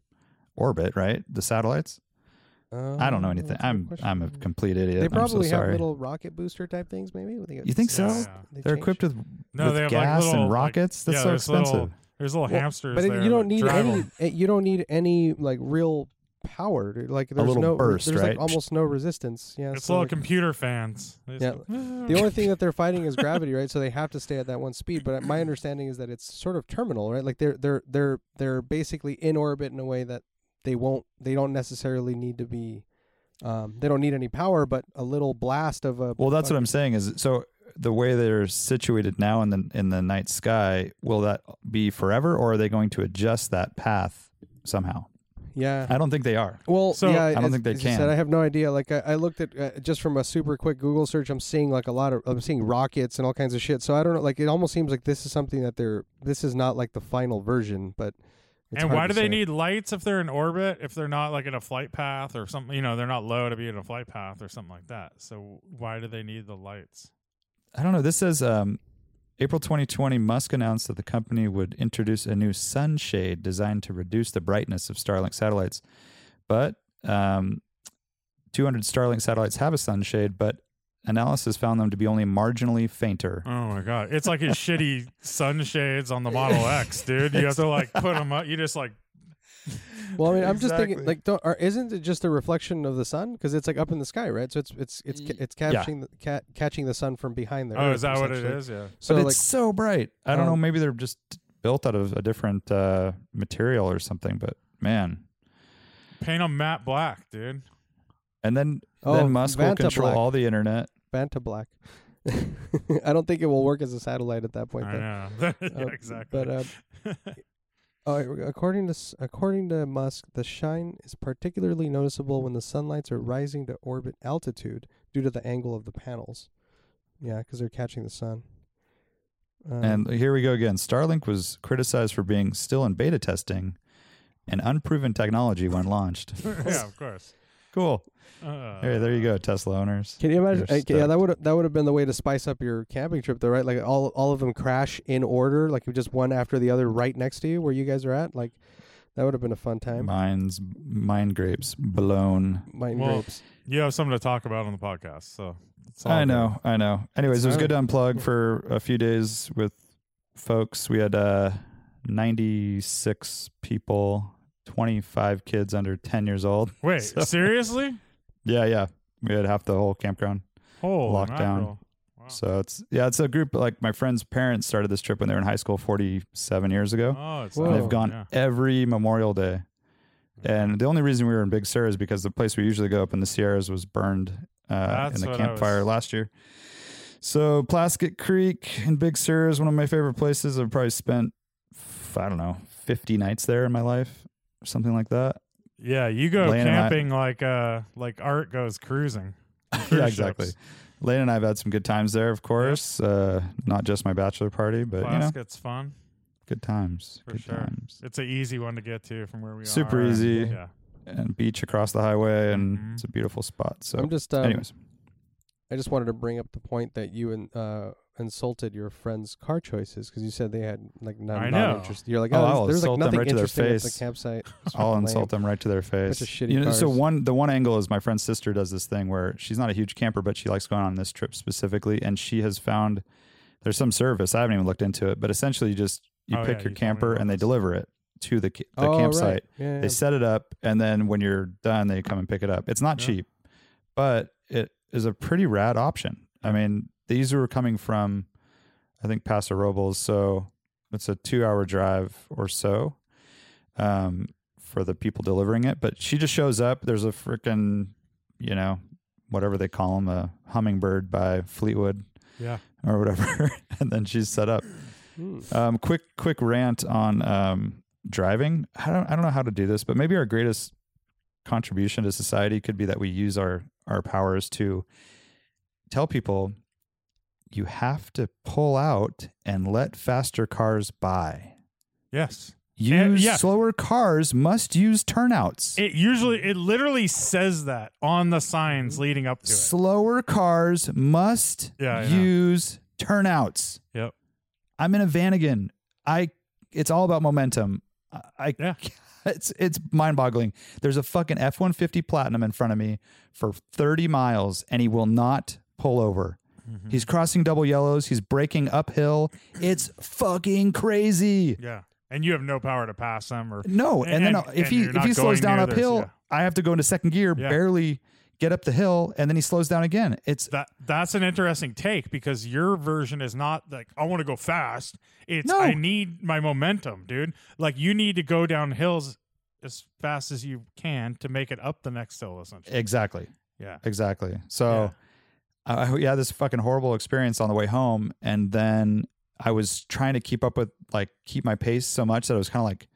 S5: orbit, right? The satellites.
S6: Oh,
S5: I don't know anything. I'm I'm a complete idiot.
S6: They
S5: I'm so
S6: probably have
S5: sorry.
S6: little rocket booster type things, maybe. They got-
S5: You think so?
S3: Yeah.
S6: they
S5: They're
S6: change?
S5: equipped with
S3: No,
S5: with
S3: they have
S5: gas
S3: like little
S5: and
S3: like-
S5: rockets. That's
S3: yeah,
S5: so
S3: there's
S5: expensive.
S3: Little, there's little
S6: Well,
S3: hamsters.
S6: But
S3: there
S6: it,
S3: that
S6: you don't need
S3: drive 'em.
S6: any. eh, You don't need any like real power. dude. Like there's
S5: little
S6: no
S5: burst,
S6: There's
S5: right?
S6: like almost no resistance. Yeah.
S3: It's
S6: so,
S3: little
S6: like,
S3: computer fans. They just
S6: Yeah,
S3: go,
S6: the
S3: (laughs)
S6: only thing that they're fighting is gravity, right? So they have to stay at that one speed. But uh,
S3: (clears throat)
S6: my understanding is that it's sort of terminal, right? Like they're they're they're they're basically in orbit in a way that they won't they don't necessarily need to be. Um, they don't need any power, but a little blast of a.
S5: Well, that's what I'm saying is so the way they're situated now in the in the night sky, will that be forever or are they going to adjust that path somehow?
S6: Yeah.
S5: I don't think they are.
S6: Well,
S3: So-
S6: yeah,
S3: I
S5: don't
S6: as-
S5: think they
S6: as you
S5: can.
S6: Said, I have no idea. Like I, I looked at uh, just from a super quick Google search, I'm seeing like a lot of I'm seeing rockets and all kinds of shit. So I don't know. Like it almost seems like this is something that they're this is not like the final version, but. It's
S3: and
S6: hard
S3: why do
S6: to
S3: they
S6: say.
S3: need lights if they're in orbit? If they're not like in a flight path or something, you know, they're not low to be in a flight path or something like that. So why do they need the lights?
S5: I don't know. This says um, April 2020, Musk announced that the company would introduce a new sunshade designed to reduce the brightness of Starlink satellites. But um, 200 Starlink satellites have a sunshade, but analysis found them to be only marginally fainter.
S6: Mm.
S3: Oh my god, it's like his (laughs) shitty sunshades on the Model X, dude. You have to like put them up. You just like
S6: Well, I mean, I'm just thinking
S5: Exactly.
S6: like, don't, or isn't it just a reflection of the sun? Because it's like up in the sky, right? So it's it's it's ca- it's catching the, ca- catching the sun from behind the
S3: oh,
S6: Earth,
S3: is that what it
S6: essentially.
S3: is? Yeah.
S6: So
S5: but it's
S6: like,
S5: so bright. I don't know.
S6: um,
S5: Maybe they're just built out of a different uh, material or something. But man,
S3: Paint them matte black, dude.
S5: and then
S6: Oh,
S5: then Musk will
S6: Vanta
S5: control
S6: Black.
S5: all the internet.
S6: Banta black. (laughs) I don't think it will work as a satellite at that point.
S3: I (laughs)
S6: though.
S3: know. yeah,
S6: Uh,
S3: exactly.
S6: But uh, uh, according to s- according to Musk, the shine is particularly noticeable when the sunlights are rising to orbit altitude due to the angle of the panels. Yeah, because they're catching the sun.
S3: Uh-huh.
S6: Um,
S5: And here we go again. Starlink was criticized for being still in beta testing and unproven technology when launched.
S3: (laughs) yeah, of (laughs) course.
S5: cool.
S3: Uh,
S5: Hey, there you go, Tesla owners.
S6: Can you imagine?
S5: You're
S6: uh, yeah, that
S5: stoked.
S6: would that would have been the way to spice up your camping trip, though, right? Like all all of them crash in order, like just one after the other, right next to you where you guys are at. Like that would have been a fun time.
S5: Mines, mine grapes blown.
S6: Mind
S3: Well,
S6: grapes.
S3: You have something to talk about on the podcast, so it's all
S5: I
S3: good.
S5: know, I know. Anyways, it was good to unplug for a few days with folks. We had uh, 96 people, 25 kids under 10 years old.
S3: (laughs) Wait,
S5: So-
S3: seriously?
S5: Yeah, yeah. We had half the whole campground.
S3: Holy
S5: Lockdown.
S3: mackerel. Wow.
S5: So it's, yeah, it's a group. Like my friend's parents started this trip when they were in high school 47 years ago.
S3: Oh, it's
S6: Whoa.
S5: And
S3: awesome,
S5: they've gone
S3: yeah. Mm-hmm.
S5: every Memorial Day. And the only reason we were in Big Sur is because the place we usually go up in the Sierras was burned uh, in
S3: That's
S5: the
S3: what I
S5: campfire
S3: was-
S5: last year. So Plaskett Creek in Big Sur is one of my favorite places. I've probably spent f- I don't know fifty nights there in my life, or something like that.
S3: Yeah, you go
S5: Lane and I-
S3: camping like uh like Art goes cruising.
S5: (laughs) yeah,
S3: Cruise
S5: exactly.
S3: ships.
S5: Lane and I've had some good times there, of course. Uh, not just my bachelor party, but you know,
S3: Plaskett's fun.
S5: good times,
S3: For
S5: good
S3: sure.
S5: times,
S3: It's an easy one to get to from where we are.
S5: Super easy.
S3: Yeah.
S5: and beach across the highway, and
S3: Mhm.
S5: it's a beautiful spot. So,
S6: I'm just um,
S5: anyways,
S6: I just wanted to bring up the point that you and uh, insulted your friend's car choices because you said they had like
S3: I know.
S6: not, not interesting. You're like,
S5: Oh,
S6: oh,
S5: I'll
S6: there's, there's like
S5: insult them
S6: nothing
S5: right to their
S6: interesting at the
S5: face.
S6: campsite. It's
S5: (laughs) I'll
S6: lame.
S5: insult them right to their face.
S6: of shitty
S5: you know, so
S6: cars.
S5: one the one angle is my friend sister does this thing where she's not a huge camper, but she likes going on this trip specifically, and she has found there's some service I haven't even looked into it, but essentially you just you
S3: Oh, yeah,
S5: pick
S3: you told
S5: your
S3: me
S5: camper
S3: about
S5: and they
S3: this.
S5: deliver it to the ca- the
S6: Oh, right.
S5: campsite.
S6: Yeah,
S5: They
S6: yeah.
S5: set it up, and then when you're done, they come and pick it up. It's not
S3: Yeah.
S5: cheap, but it is a pretty rad option. I mean, these were coming from, I think, Paso Robles, so it's a two-hour drive or so um, for the people delivering it. But she just shows up. There's a freaking, you know, whatever they call them, a hummingbird by Fleetwood
S3: Yeah.
S5: or whatever, (laughs) and then she's set up.
S6: Hmm.
S5: Um, quick, quick rant on um, driving. I don't, I don't know how to do this, but maybe our greatest contribution to society could be that we use our our powers to tell people you have to pull out and let faster cars by.
S3: Yes.
S5: Use
S3: And- yeah.
S5: slower cars must use turnouts.
S3: It usually it literally says that on the signs leading up to it.
S5: Slower cars must
S3: Yeah, I know.
S5: use turnouts.
S3: Yep.
S5: I'm in a van again. I. It's all about momentum. I. I
S3: Yeah.
S5: (laughs) it's it's mind boggling. There's a fucking F one fifty Platinum in front of me for thirty miles, and he will not pull over.
S3: Mm-hmm. Hmm.
S5: He's crossing double yellows. He's breaking uphill. It's fucking crazy.
S3: Yeah. And you have no power to pass them or
S5: No, and, then
S3: And- and
S5: if he
S3: you're
S5: if
S3: not
S5: he slows
S3: going
S5: down
S3: near this,
S5: uphill,
S3: yeah.
S5: I have to go into second gear,
S3: Yeah.
S5: barely get up the hill, and then he slows down again. It's
S3: that that's an interesting take because your version is not like I want to go fast. It's
S5: No.
S3: I need my momentum, dude. Like you need to go down hills as fast as you can to make it up the next hill essentially.
S5: exactly,
S3: Yeah.
S5: exactly. So I I- we had this fucking horrible experience on the way home, and then I was trying to keep up with like keep my pace so much that I was kind of like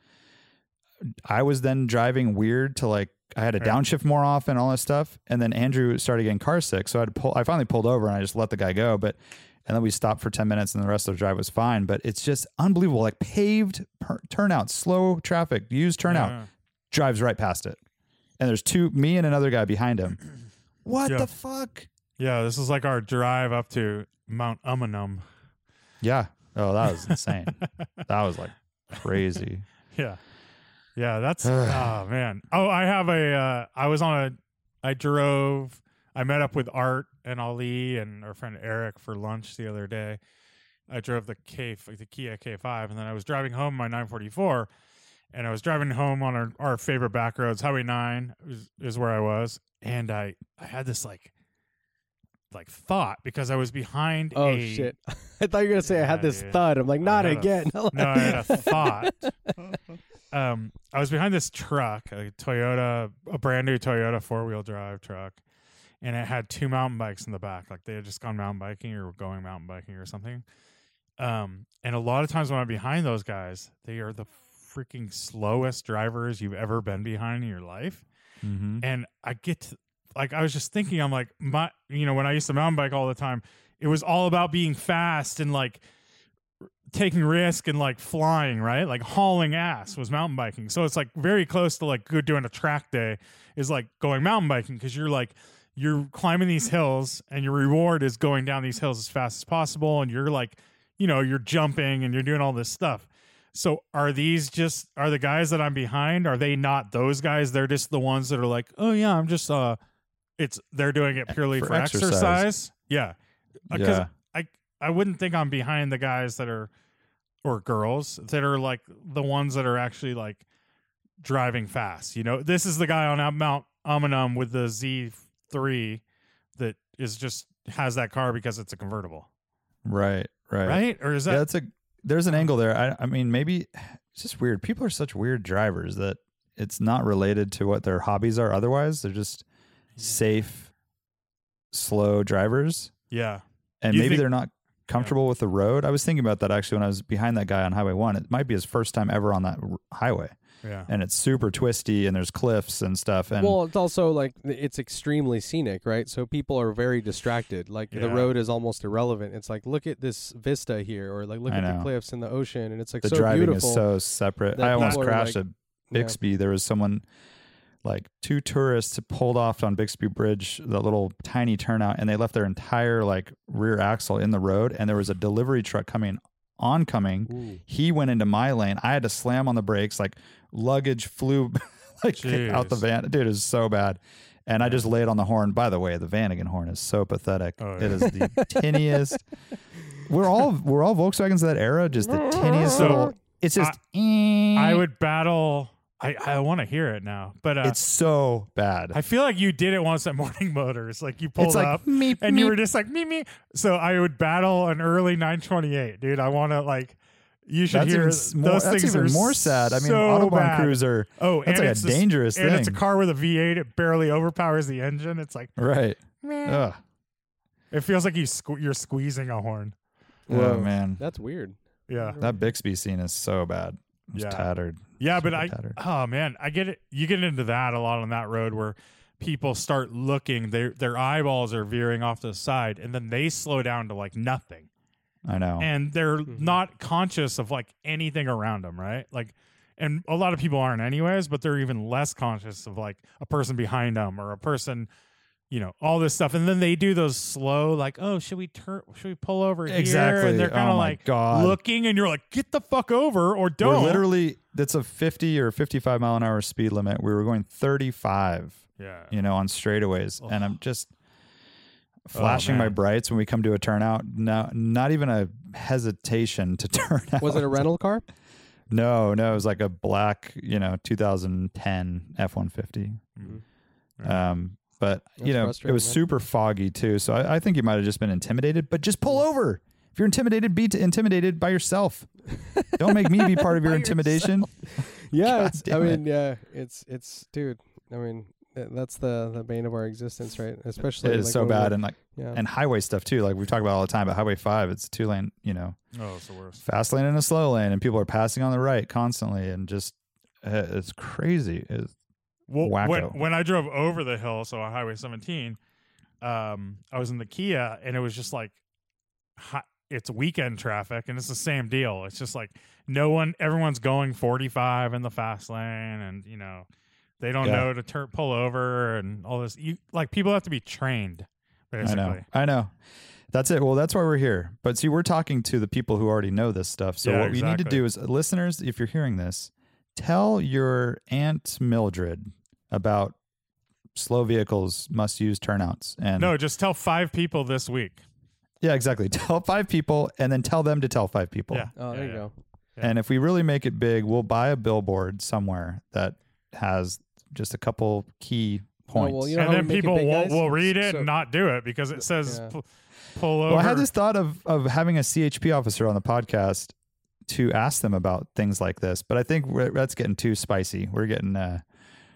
S5: I was then driving weird to like I had to
S3: Yeah.
S5: downshift more often, all that stuff, and then Andrew started getting car sick, so I had to pull. I finally pulled over and I just let the guy go, but and then we stopped for ten minutes, and the rest of the drive was fine. But it's just unbelievable, like paved per- turnout, slow traffic, used turnout,
S3: Yeah.
S5: drives right past it, and there's two, me and another guy behind him. (clears throat) What
S3: Yeah.
S5: the fuck?
S3: Yeah, this is like our drive up to Mount Umanum.
S5: Yeah. Oh, that was insane. that was like crazy.
S3: (laughs) Yeah. Yeah,
S6: (sighs)
S3: that's oh man. Oh, I have a uh I was on a I drove I met up with Art and Ali and our friend Eric for lunch the other day. I drove the K the Kia K5 and then I was driving home my 944 and I was driving home on our, our favorite back roads, Highway 9 is, is where I was and I I had this like like thought because I was behind
S6: Oh
S3: a
S6: shit! (laughs) I thought you were gonna say I
S3: Yeah,
S6: had this
S3: dude.
S6: thud. I'm like,
S3: I
S6: not
S3: had a-
S6: again. (laughs)
S3: no, I had a thought. um, I was behind this truck, a Toyota, a brand new Toyota four wheel drive truck, and it had two mountain bikes in the back. Like they had just gone mountain biking or were going mountain biking or something. Um, and a lot of times when I'm behind those guys, they are the freaking slowest drivers you've ever been behind in your life
S5: Mm-hmm.
S3: and I get to, like I was just thinking I'm like my you know when I used to mountain bike all the time it was all about being fast and like r- taking risk and like flying right like hauling ass was mountain biking so it's like very close to like good doing a track day is like going mountain biking cuz you're like you're climbing these hills and your reward is going down these hills as fast as possible and you're like you know you're jumping and you're doing all this stuff so are these just are the guys that I'm behind? Are they not those guys? They're just the ones that are like, oh yeah, I'm just uh, it's they're doing it purely
S5: For
S3: for,
S5: exercise.
S3: exercise. Yeah, because
S5: Yeah.
S3: I I wouldn't think I'm behind the guys that are or girls that are like the ones that are actually like driving fast. You know, this is the guy on Mount Amanum with the Z3 that is just has that car because it's a convertible,
S5: Right. Right.
S3: right? Or is that
S5: yeah, that's a there's an angle there. I I mean maybe it's just weird. People are such weird drivers that it's not related to what their hobbies are otherwise. They're just safe, slow drivers.
S3: yeah?
S5: And
S3: You
S5: maybe
S3: think-
S5: they're not comfortable with the road. I was thinking about that actually when I was behind that guy on highway one. It might be his first time ever on that r- highway.
S3: Yeah.
S5: And it's super twisty and there's cliffs and stuff. And
S6: well, it's also like it's extremely scenic, right? So people are very distracted. Like the
S3: Yeah.
S6: road is almost irrelevant. It's like look at this vista here, or like look
S5: I
S6: at
S5: know.
S6: the cliffs and the ocean, and it's like
S5: the
S6: so
S5: driving
S6: beautiful.
S5: is so separate.
S6: that
S5: I almost
S6: people are,
S5: crashed
S6: like-
S5: a
S6: Yeah.
S5: Bixby. There was someone, like two tourists, pulled off on Bixby Bridge, the little tiny turnout, and they left their entire like rear axle in the road. And there was a delivery truck coming, oncoming.
S6: Ooh.
S5: He went into my lane. I had to slam on the brakes. Like luggage flew (laughs) like out the
S3: Jeez.
S5: van. Dude, it was so bad. And I just laid on the horn. By the way, the Vanagon horn is so pathetic.
S3: Oh,
S5: It
S3: yeah. (laughs)
S5: is the tinniest. We're all we're all Volkswagens of that era. Just the tinniest
S3: So,
S5: little. It's just.
S3: I would battle. I, I want to hear it now, but uh,
S5: eh, It's so bad.
S3: I feel like you did it once at (laughs) Morning Motors. Like you pulled
S5: it's like
S3: up
S5: me
S3: and you were just like me me. So I would battle an early 928, dude. I want to like. You should
S5: that's
S3: hear
S5: even,
S3: those
S5: s- more, that's
S3: things
S5: even
S3: are
S5: more sad. I mean,
S3: so
S5: Autobahn
S3: bad.
S5: Cruiser.
S3: Oh,
S5: that's
S3: and
S5: like
S3: it's
S5: a
S3: this-
S5: dangerous
S3: and
S5: thing.
S3: it's a car with a V8. It barely overpowers the engine. It's like
S5: right? Ugh.
S3: it feels like you sque- you're squeezing a horn.
S5: Oh
S6: Whoa.
S5: man,
S6: That's weird.
S3: Yeah,
S5: that Bixby scene is so bad. It's
S3: Yeah.
S5: tattered.
S3: yeah, but
S5: Super
S3: I
S5: tattered.
S3: Oh man, I get it. You get into that a lot on that road where people start looking their their eyeballs are veering off to the side, and then they slow down to like nothing,
S5: I know.
S3: and they're not conscious of like anything around them, right? Like, and a lot of people aren't anyways, but they're even less conscious of like a person behind them or a person you know all this stuff, and then they do those slow like, oh, should we turn? Should we pull over here?
S5: Exactly.
S3: And they're kind
S5: Oh
S3: of
S5: my
S3: like
S5: God.
S3: looking, and you're like, get the fuck over or don't.
S5: We're literally that's a 50 or 55 mile an hour speed limit. We were going 35,
S3: yeah.
S5: you know, on straightaways, and I'm just flashing my
S3: Oh, man.
S5: brights when we come to a turnout. No, not even a hesitation to (laughs) turn out.
S6: Was it a rental
S5: (laughs)
S6: car?
S5: No, no, it was like a black, you know, 2010 F150.
S3: Mm-hmm.
S5: Um, but
S6: That's
S5: you know, it
S6: frustrating,
S5: was
S6: man.
S5: super foggy too. So I, I think you might have just been intimidated. But just
S3: Mm.
S5: pull over. If you're intimidated, be t- intimidated by yourself. Don't make me
S6: (laughs)
S5: be part of your intimidation. God
S6: Yeah, it's, I
S5: damn it.
S6: mean, yeah, it's it's dude. I mean, th- that's the the bane of our existence, right? Especially
S5: It is
S6: like, uh,
S5: so
S6: when we
S5: bad,
S6: were-
S5: and like
S6: yeah.
S5: and highway stuff too. Like we've talked about all the time, but Highway Five, it's two lane, you know,
S3: Oh, it's the worst.
S5: fast lane and a slow lane, and people are passing on the right constantly, and just uh, it's crazy. It's,
S3: Well, when,
S5: Wacko.
S3: when I drove over the hill, so on Highway 17, um, I was in the Kia, and it was just like, hi- it's weekend traffic, and it's the same deal. It's just like no one, everyone's going 45 in the fast lane, and you know, they don't
S5: Yeah.
S3: know to turn, pull over, and all this. You like people have to be trained,
S5: I
S3: basically.
S5: know, I know. That's it. Well, that's why we're here. But see, we're talking to the people who already know this stuff. So
S3: Yeah,
S5: what we need to
S3: exactly.
S5: do is, uh, listeners, if you're hearing this, tell your aunt Mildred about slow vehicles must use turnouts and
S3: No, just tell five people this week.
S5: yeah exactly (laughs) tell five people and then tell them to tell five people
S3: Yeah.
S6: Oh, there
S3: Yeah,
S6: you
S3: yeah.
S6: go.
S3: Yeah.
S5: And if we really make it big, we'll buy a billboard somewhere that has just a couple key points.
S6: Oh, well, you know-
S3: And
S6: how we
S3: then
S6: make it
S3: people
S6: big,
S3: will,
S6: guys?
S3: will read it
S6: So-
S3: and not do it because it says
S6: Yeah.
S3: pu- pull over.
S5: Well, I had this thought of of having a CHP officer on the podcast to ask them about things like this, but I think we're, that's getting too spicy. We're getting uh,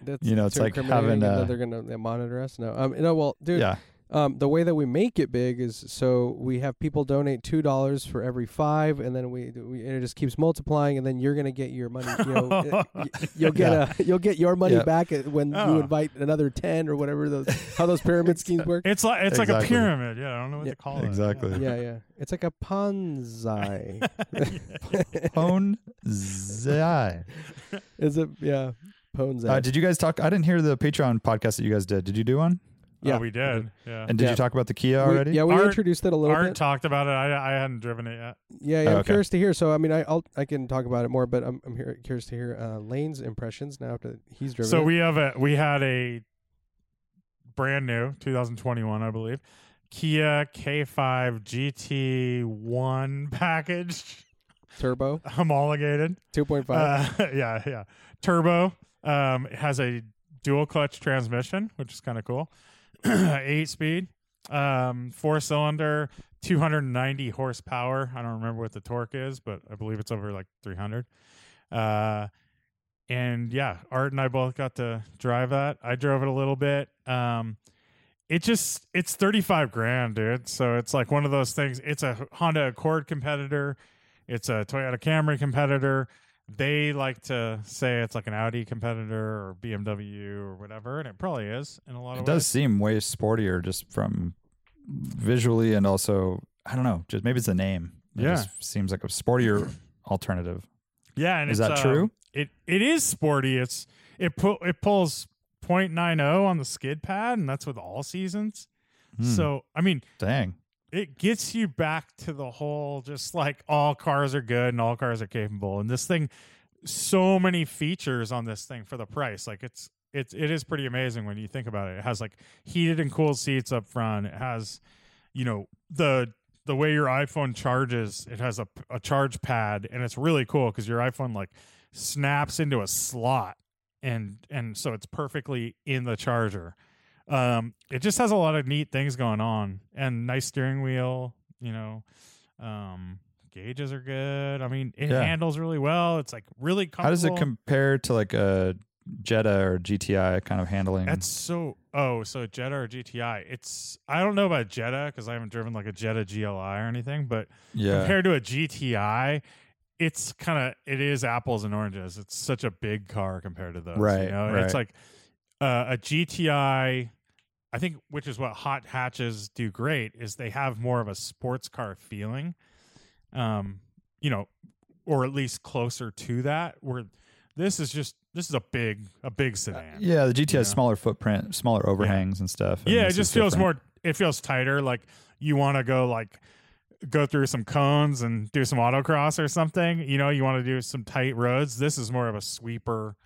S6: That's
S5: You know, it's
S6: too
S5: like having,
S6: incriminating, and
S5: uh,
S6: then they're gonna they monitor us. No, um, no. Well, dude,
S5: yeah,
S6: um, the way that we make it big is so we have people donate two dollars for every five, and then we, we and it just keeps multiplying, and then you're gonna get your money.
S3: (laughs)
S6: You know, uh, y- you'll get a you'll get your money
S5: Yeah.
S6: back at- when
S3: Oh.
S6: you invite another ten or whatever those how those pyramid
S3: (laughs)
S6: schemes work.
S3: It's like it's like a
S5: Exactly.
S3: pyramid. Oh, Yeah, I don't know what
S6: Yeah.
S3: to call it.
S5: Exactly.
S3: Yeah.
S6: yeah, yeah. It's like a
S3: (laughs)
S6: Ponzi. (laughs)
S5: Pone Zai.
S6: Is it? Yeah, Ponzi.
S5: Uh, did you guys talk? I didn't hear the Patreon podcast that you guys did. Did you do one?
S3: Yeah,
S6: Yeah.
S3: we did. Yeah.
S5: And did
S6: Yeah.
S5: you talk about the Kia
S6: We-
S5: already?
S6: yeah, we
S3: Art-
S6: introduced it a little
S3: Art
S6: bit.
S3: talked about it. I, I hadn't driven it yet.
S6: Yeah, yeah.
S5: Oh,
S6: I'm
S5: okay.
S6: curious to hear. So, I mean, I I'll, I can talk about it more, but I'm I'm here, curious to hear uh, Lane's impressions now after he's driven.
S3: So
S6: it.
S3: we have a we had a brand new 2021, I believe, Kia K5 GT1 (laughs) package,
S6: turbo
S3: homologated.
S6: 2.5.
S3: Uh, (laughs) yeah, yeah. Turbo. Um, it has a dual clutch transmission, which is kind of cool. (clears throat) Eight speed, um, four cylinder, 290 horsepower. I don't remember what the torque is, but I believe it's over like 300. Uh, and yeah, Art and I both got to drive that. I drove it a little bit. Um, it just it's 35 grand, dude. So it's like one of those things. It's a Honda Accord competitor. It's a Toyota Camry competitor they like to say it's like an Audi competitor or BMW or whatever, and it probably is in a lot
S5: It
S3: of
S5: does
S3: ways.
S5: seem way sportier just from visually and also I don't know, just maybe it's the name. It
S3: Yeah.
S5: just seems like a sportier alternative.
S3: Yeah, and
S5: Is
S3: it's,
S5: that
S3: uh,
S5: true?
S3: It it is sporty. It's it pu- it pulls 0.90 on the skid pad, and that's with all seasons.
S5: Hmm,
S3: So I mean,
S5: dang.
S3: it gets you back to the whole just like all cars are good and all cars are capable and this thing so many features on this thing for the price like it's it's it is pretty amazing when you think about it it has like heated and cooled seats up front it has you know the the way your iphone charges it has a, a charge pad and it's really cool because your iphone like snaps into a slot and and so it's perfectly in the charger um it just has a lot of neat things going on and nice steering wheel you know um gauges are good i mean it
S5: Yeah.
S3: handles really well it's like really comfortable
S5: How does it compare to like a Jetta or GTI kind of handling?
S3: that's so oh so jetta or gti it's i don't know about jetta because i haven't driven like a jetta gli or anything but
S5: yeah.
S3: compared to a gti it's kind of it is apples and oranges it's such a big car compared to those you
S5: Right,
S3: know? it's
S5: right.
S3: like uh, a gti i think which is what hot hatches do great is they have more of a sports car feeling um you know or at least closer to that where This is just this is a big a
S5: Uh,
S3: big sedan.
S5: Yeah, the GT has
S3: Yeah.
S5: smaller footprint, smaller overhangs and stuff. and
S3: yeah, it
S5: this
S3: just
S5: is
S3: feels
S5: different.
S3: more. It feels tighter. Like you want to go like go through some cones and do some autocross or something. You know, you want to do some tight roads. This is more of a sweeper.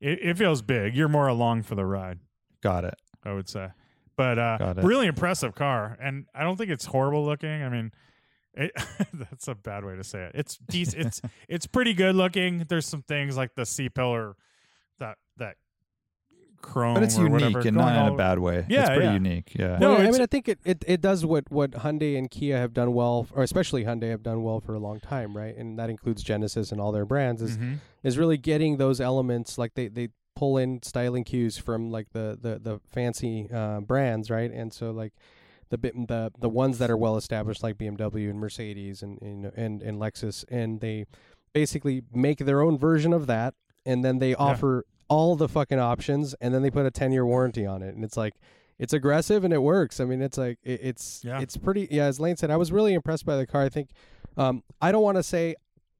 S3: It, it feels big. You're more along for the ride.
S5: Got it.
S3: I would say. But uh,
S5: Got it.
S3: really impressive car, and I don't think it's horrible looking. I mean, it, (laughs) that's a bad way to say it. It's decent.
S5: (laughs)
S3: it's it's pretty good looking. There's some things like the C pillar, that that chrome,
S5: But it's
S3: or
S5: unique
S3: whatever,
S5: and
S3: going
S5: not in
S3: all-
S5: a bad way.
S3: Yeah,
S5: it's pretty
S3: yeah.
S5: unique. Yeah.
S3: No,
S6: Well, I
S3: it's-
S6: mean, I think it, it, it does what, what Hyundai and Kia have done well, or especially Hyundai have done well for a long time, right? And that includes Genesis and all their brands, is,
S3: Mhm.
S6: is really getting those elements, like they, they pull in styling cues from like the, the, the fancy uh, brands, right? And so like the bit the the ones that are well established, like BMW and Mercedes and and and, and Lexus, and they basically make their own version of that, and then they offer all the fucking options, and then they put a ten year warranty on it, and it's like it's aggressive and it works. I mean, it's like it, it's
S3: Yeah.
S6: it's pretty. Yeah, as Lane said, I was really impressed by the car. I think um, I don't want to say.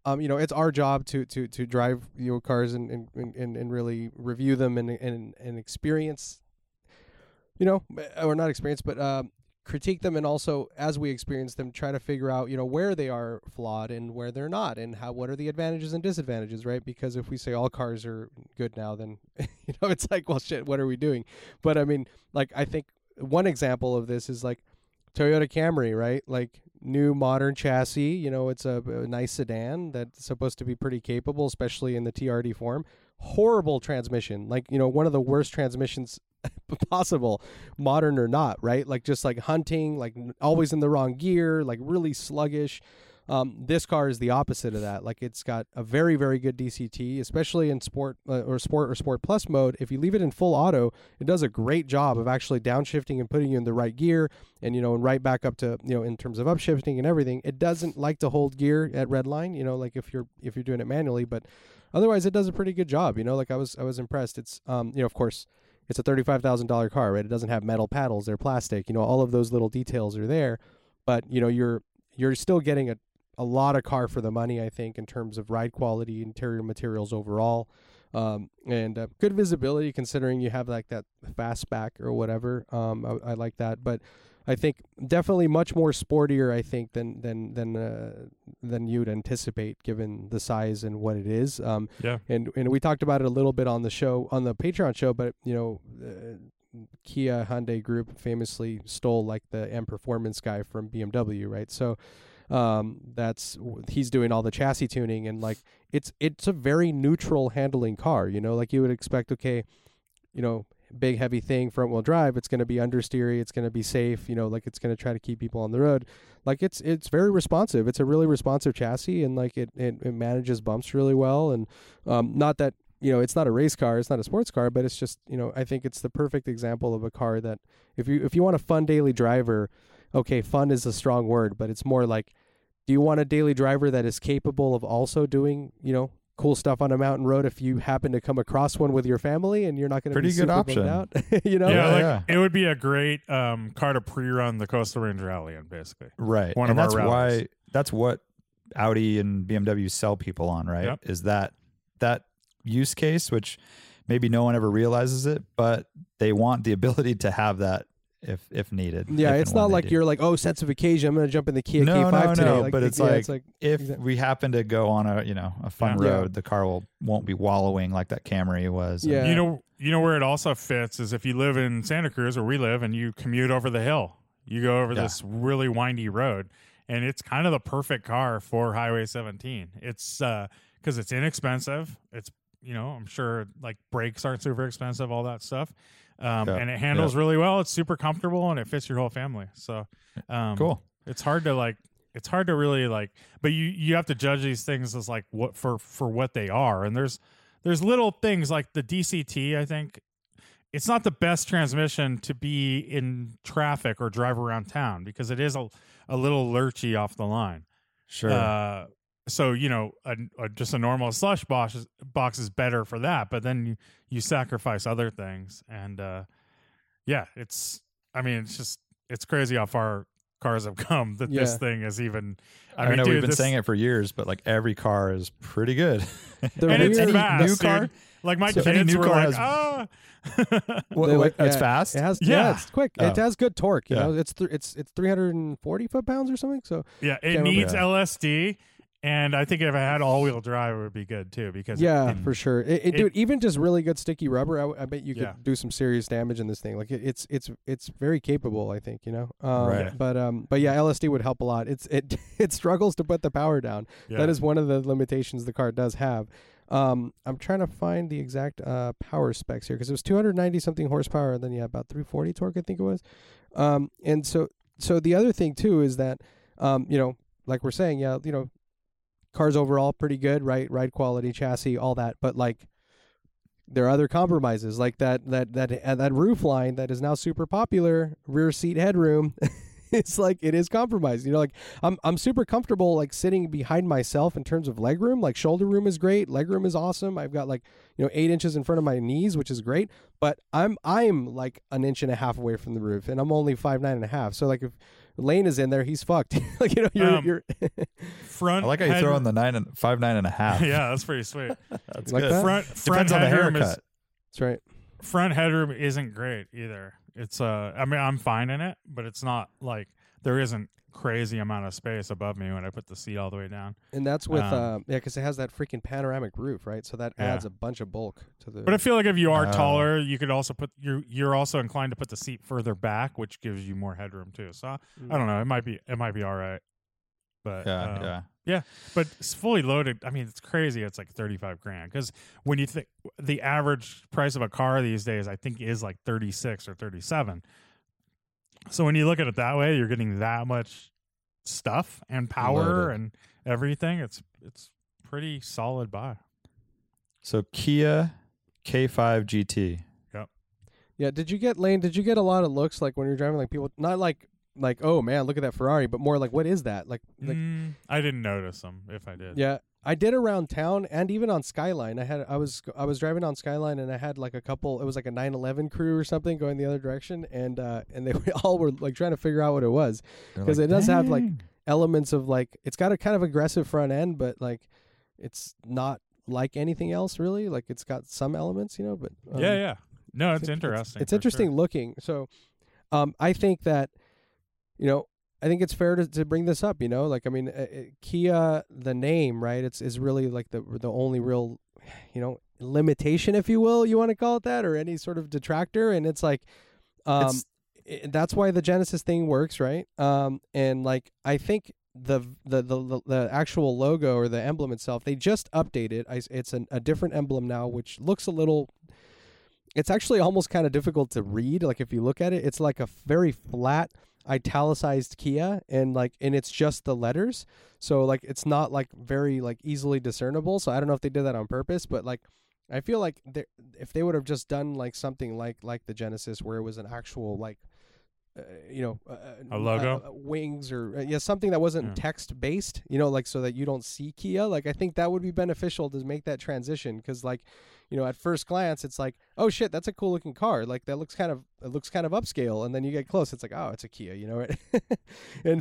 S6: Um, you know, it's our job to to to drive your cars and and, and, and really review them and, and and experience, you know, eh, or not experience, but um, critique them and also as we experience them try to figure out you know where they are flawed and where they're not and how what are the advantages and disadvantages right because if we say all cars are good now then (laughs) you know it's like well shit what are we doing but i mean like i think one example of this is like toyota camry right like new modern chassis you know it's a, a nice sedan that's supposed to be pretty capable especially in the trd form horrible transmission like you know one of the worst transmissions (laughs) possible modern or not, right? Like just like hunting, like n- always in the wrong gear, like really sluggish. Um, this car is the opposite of that. Like it's got a very very good DCT, especially in sport uh, or sport or sport plus mode. If you leave it in full auto, it does a great job of actually downshifting and putting you in the right gear, and you know and right back up to you know in terms of upshifting and everything. It doesn't like to hold gear at red line, you know, like if you're if you're doing it manually, but otherwise it does a pretty good job. You know, like I was I was impressed. It's um you know of course it's a thirty-five thousand dollar car, right? It doesn't have metal paddles; they're plastic. You know, all of those little details are there, but you know, you're you're still getting a a lot of car for the money, I think, in terms of ride quality, interior materials overall, um, and uh, good visibility considering you have like that fastback or whatever. Um, I, I like that, but I think definitely much more sportier, I think, than than than uh, than you'd anticipate given the size and what it is. Um, and and we talked about it a little bit on the show on the Patreon show, but you know, uh, Kia Hyundai Group famously stole like the M Performance guy from BMW, right? So um that's he's doing all the chassis tuning and like it's it's a very neutral handling car you know like you would expect okay you know big heavy thing front wheel drive it's going to be understeery it's going to be safe you know like it's going to try to keep people on the road like it's it's very responsive it's a really responsive chassis and like it it, it manages bumps really well and um, not that you know it's not a race car, it's not a sports car, but it's just you know I think it's the perfect example of a car that if you if you want a fun daily driver, okay, fun is a strong word, but it's more like, do you want a daily driver that is capable of also doing you know cool stuff on a mountain road if you happen to come across one with your family and you're not going to
S5: Pretty
S6: be
S5: good
S6: super
S5: option.
S6: bummed out, (laughs) you know?
S3: yeah,
S5: yeah,
S3: like
S5: yeah.
S3: it would be a great um, car to pre-run the Coastal Range Rally in, basically.
S5: Right.
S3: One
S5: and
S3: of our
S5: that's
S3: rallies.
S5: why that's what Audi and BMW sell people on, right?
S3: Yep.
S5: Is that that use case which maybe no one ever realizes it, but they want the (laughs) ability to have that if if needed.
S6: Yeah,
S5: if and
S6: it's
S5: when
S6: not
S5: they
S6: like
S5: do.
S6: you're like, oh, sense of occasion. I'm going to jump in the Kia
S5: No,
S6: K5
S5: no,
S6: today.
S5: no, but it's
S6: yeah,
S5: like-
S6: it's like
S5: if
S6: Exact-
S5: we happen to go on a you know a fun
S6: Yeah. Yeah.
S5: road, the car will won't be wallowing like that Camry was.
S6: Yeah.
S3: You know, you know where it also fits is if you live in Santa Cruz where we live and you commute over the hill, you go over
S5: Yeah.
S3: this really windy road, and it's kind of the perfect car for Highway 17. It's because it's inexpensive. It's you know, I'm sure like brakes aren't super expensive, all that stuff, um,
S5: Yeah.
S3: and it handles really well. It's super comfortable and it fits your whole family. So um,
S5: Cool.
S3: It's hard to like. It's hard to really like, but you you have to judge these things as like what for for what they are. And there's there's little things like the DCT, I think. It's not the best transmission to be in traffic or drive around town because it is a, a little lurchy off the line.
S5: Sure.
S3: Uh, so, you know, a, a, just a normal slush box is, box is better for that, but then you, you sacrifice other things. And uh, yeah, it's, I mean, it's just, it's crazy how far cars have (laughs) come that this
S6: Yeah.
S3: thing is even.
S5: I,
S3: I, mean,
S5: know
S3: dude,
S5: we've been
S3: this-
S5: saying it for wears, but like every car is
S3: (laughs)
S5: pretty good.
S6: The
S3: and it's
S6: rear-
S3: fast,
S6: new
S3: dude.
S6: car.
S3: Like my
S5: So any
S3: kids
S5: new
S3: were
S5: car
S3: like,
S5: has-
S3: ah,
S5: what,
S6: They
S5: what-
S6: went-
S5: It's
S6: yeah.
S5: fast.
S6: It has
S3: Yeah.
S6: yeah, it's quick. It
S5: Oh.
S6: has good torque. You
S5: Yeah.
S6: know, it's th- it's it's 340 foot pounds or something. So
S3: yeah, it
S6: Can't remember.
S3: needs
S5: Yeah.
S3: LSD. And I think if I had all wheel drive, it would be good too because it-
S6: yeah,
S3: it-
S6: for sure. It, it,
S3: it-
S6: dude, even just really good sticky rubber, I, w- I bet you could
S3: Yeah.
S6: do some serious damage in this thing. Like it, it's it's it's very capable. I think you know. Um,
S5: Right.
S6: But um, but yeah, LSD would help a lot. It's it (laughs) it struggles to put the power down.
S3: yeah.
S6: That is one of the limitations the car does have. Um, I'm trying to find the exact uh, power specs here because it was 290 something horsepower, and then yeah, about 340 torque, I think it was. Um, and so, so the other thing too is that, um, you know, like we're saying, yeah, you know, cars overall pretty good, right? Ride quality, chassis, all that, but like there are other compromises, like that that that uh, that roof line that is now super popular, rear seat headroom. (laughs) it's like it is compromised, you know, like. I'm I'm super comfortable like sitting behind myself in terms of leg room. Like shoulder room is great, leg room is awesome. I've got like you know eight inches in front of my knees, which is great. But I'm I'm like an inch and a half away from the roof, and I'm only five nine and a half. So like if Lane is in there, he's fucked. (laughs) like you know you're,
S3: Um,
S6: you're (laughs)
S3: front.
S5: I like how you
S3: head-
S5: throw in the nine and five, nine and a
S3: (laughs)
S5: half.
S3: yeah, that's pretty
S5: (laughs)
S3: sweet.
S5: that's
S6: like
S5: good.
S6: that?
S3: front front
S5: Depends on the
S3: headroom is
S5: haircut.
S6: that's right.
S3: front headroom isn't great either. It's uh, I mean, I'm fine in it, but it's not like there isn't crazy amount of space above me when I put the seat all the way down.
S6: And that's with
S3: Um,
S6: uh, yeah, because it has that freaking panoramic roof, right? So that
S3: Yeah.
S6: adds a bunch of bulk to the.
S3: But I feel like if you are
S5: Oh.
S3: taller, you could also put you're you're also inclined to put the seat further back, which gives you more headroom too. So I, I don't know, it might be it might be all right. But
S5: Yeah,
S3: um,
S5: yeah.
S3: but it's fully loaded. I mean, it's crazy. It's like thirty five grand because when you think the average price of a car these days, I think is like thirty six or thirty seven. So when you look at it that way, you're getting that much stuff and power
S5: Loaded.
S3: and everything. It's it's pretty solid buy.
S5: So Kia K5 GT.
S6: Yeah, did you get Lane? Did you get a lot of looks like when you're driving, like people not like like oh man, look at that Ferrari, but more like what is that? Like like
S3: Mm, I didn't notice them. If I did,
S6: Yeah, I did around town and even on Skyline. I had I was I was driving on Skyline and I had like a couple. It was like a 911 crew or something going the other direction, and uh, and they (laughs) were- all were like trying to figure out what it was
S5: They're
S6: because
S5: like,
S6: it does have like
S5: "Dang."
S6: elements of like it's got a kind of aggressive front end, but like it's not like anything else really. Like it's got some elements, you know. But um,
S3: yeah, yeah. No, it's,
S6: it's-
S3: interesting.
S6: it's
S3: for
S6: interesting
S3: sure.
S6: looking. So, um, I think that, you know, I think it's fair to, to bring this up. You know, like I mean, uh, uh, Kia, the name, right? It's is really like the the only real, you know, limitation, if you will, you want to call it that, or any sort of detractor. And it's like, um,
S5: It's-
S6: i- that's why the Genesis thing works, right? Um, and like I think the the the, the, the actual logo or the emblem itself, they just updated. I, s- it's an, a different emblem now, which looks a little. It's actually almost kind of difficult to read. Like if you look at it, it's like a very flat italicized Kia, and like and it's just the letters, so like it's not like very like easily discernible. So I don't know if they did that on purpose, but like I feel like they- if they would have just done like something like like the Genesis, where it was an actual like, uh, you know, uh,
S3: A
S6: uh,
S3: logo?
S6: uh, wings, or uh, yeah, something that wasn't
S3: Yeah.
S6: text based, you know, like so that you don't see Kia. Like I think that would be beneficial to make that transition because like, you know, at first glance it's like, oh shit, that's a cool looking car. Like that looks kind of it looks kind of upscale, and then you get close, it's like, oh, it's a Kia, you know, (laughs) right? and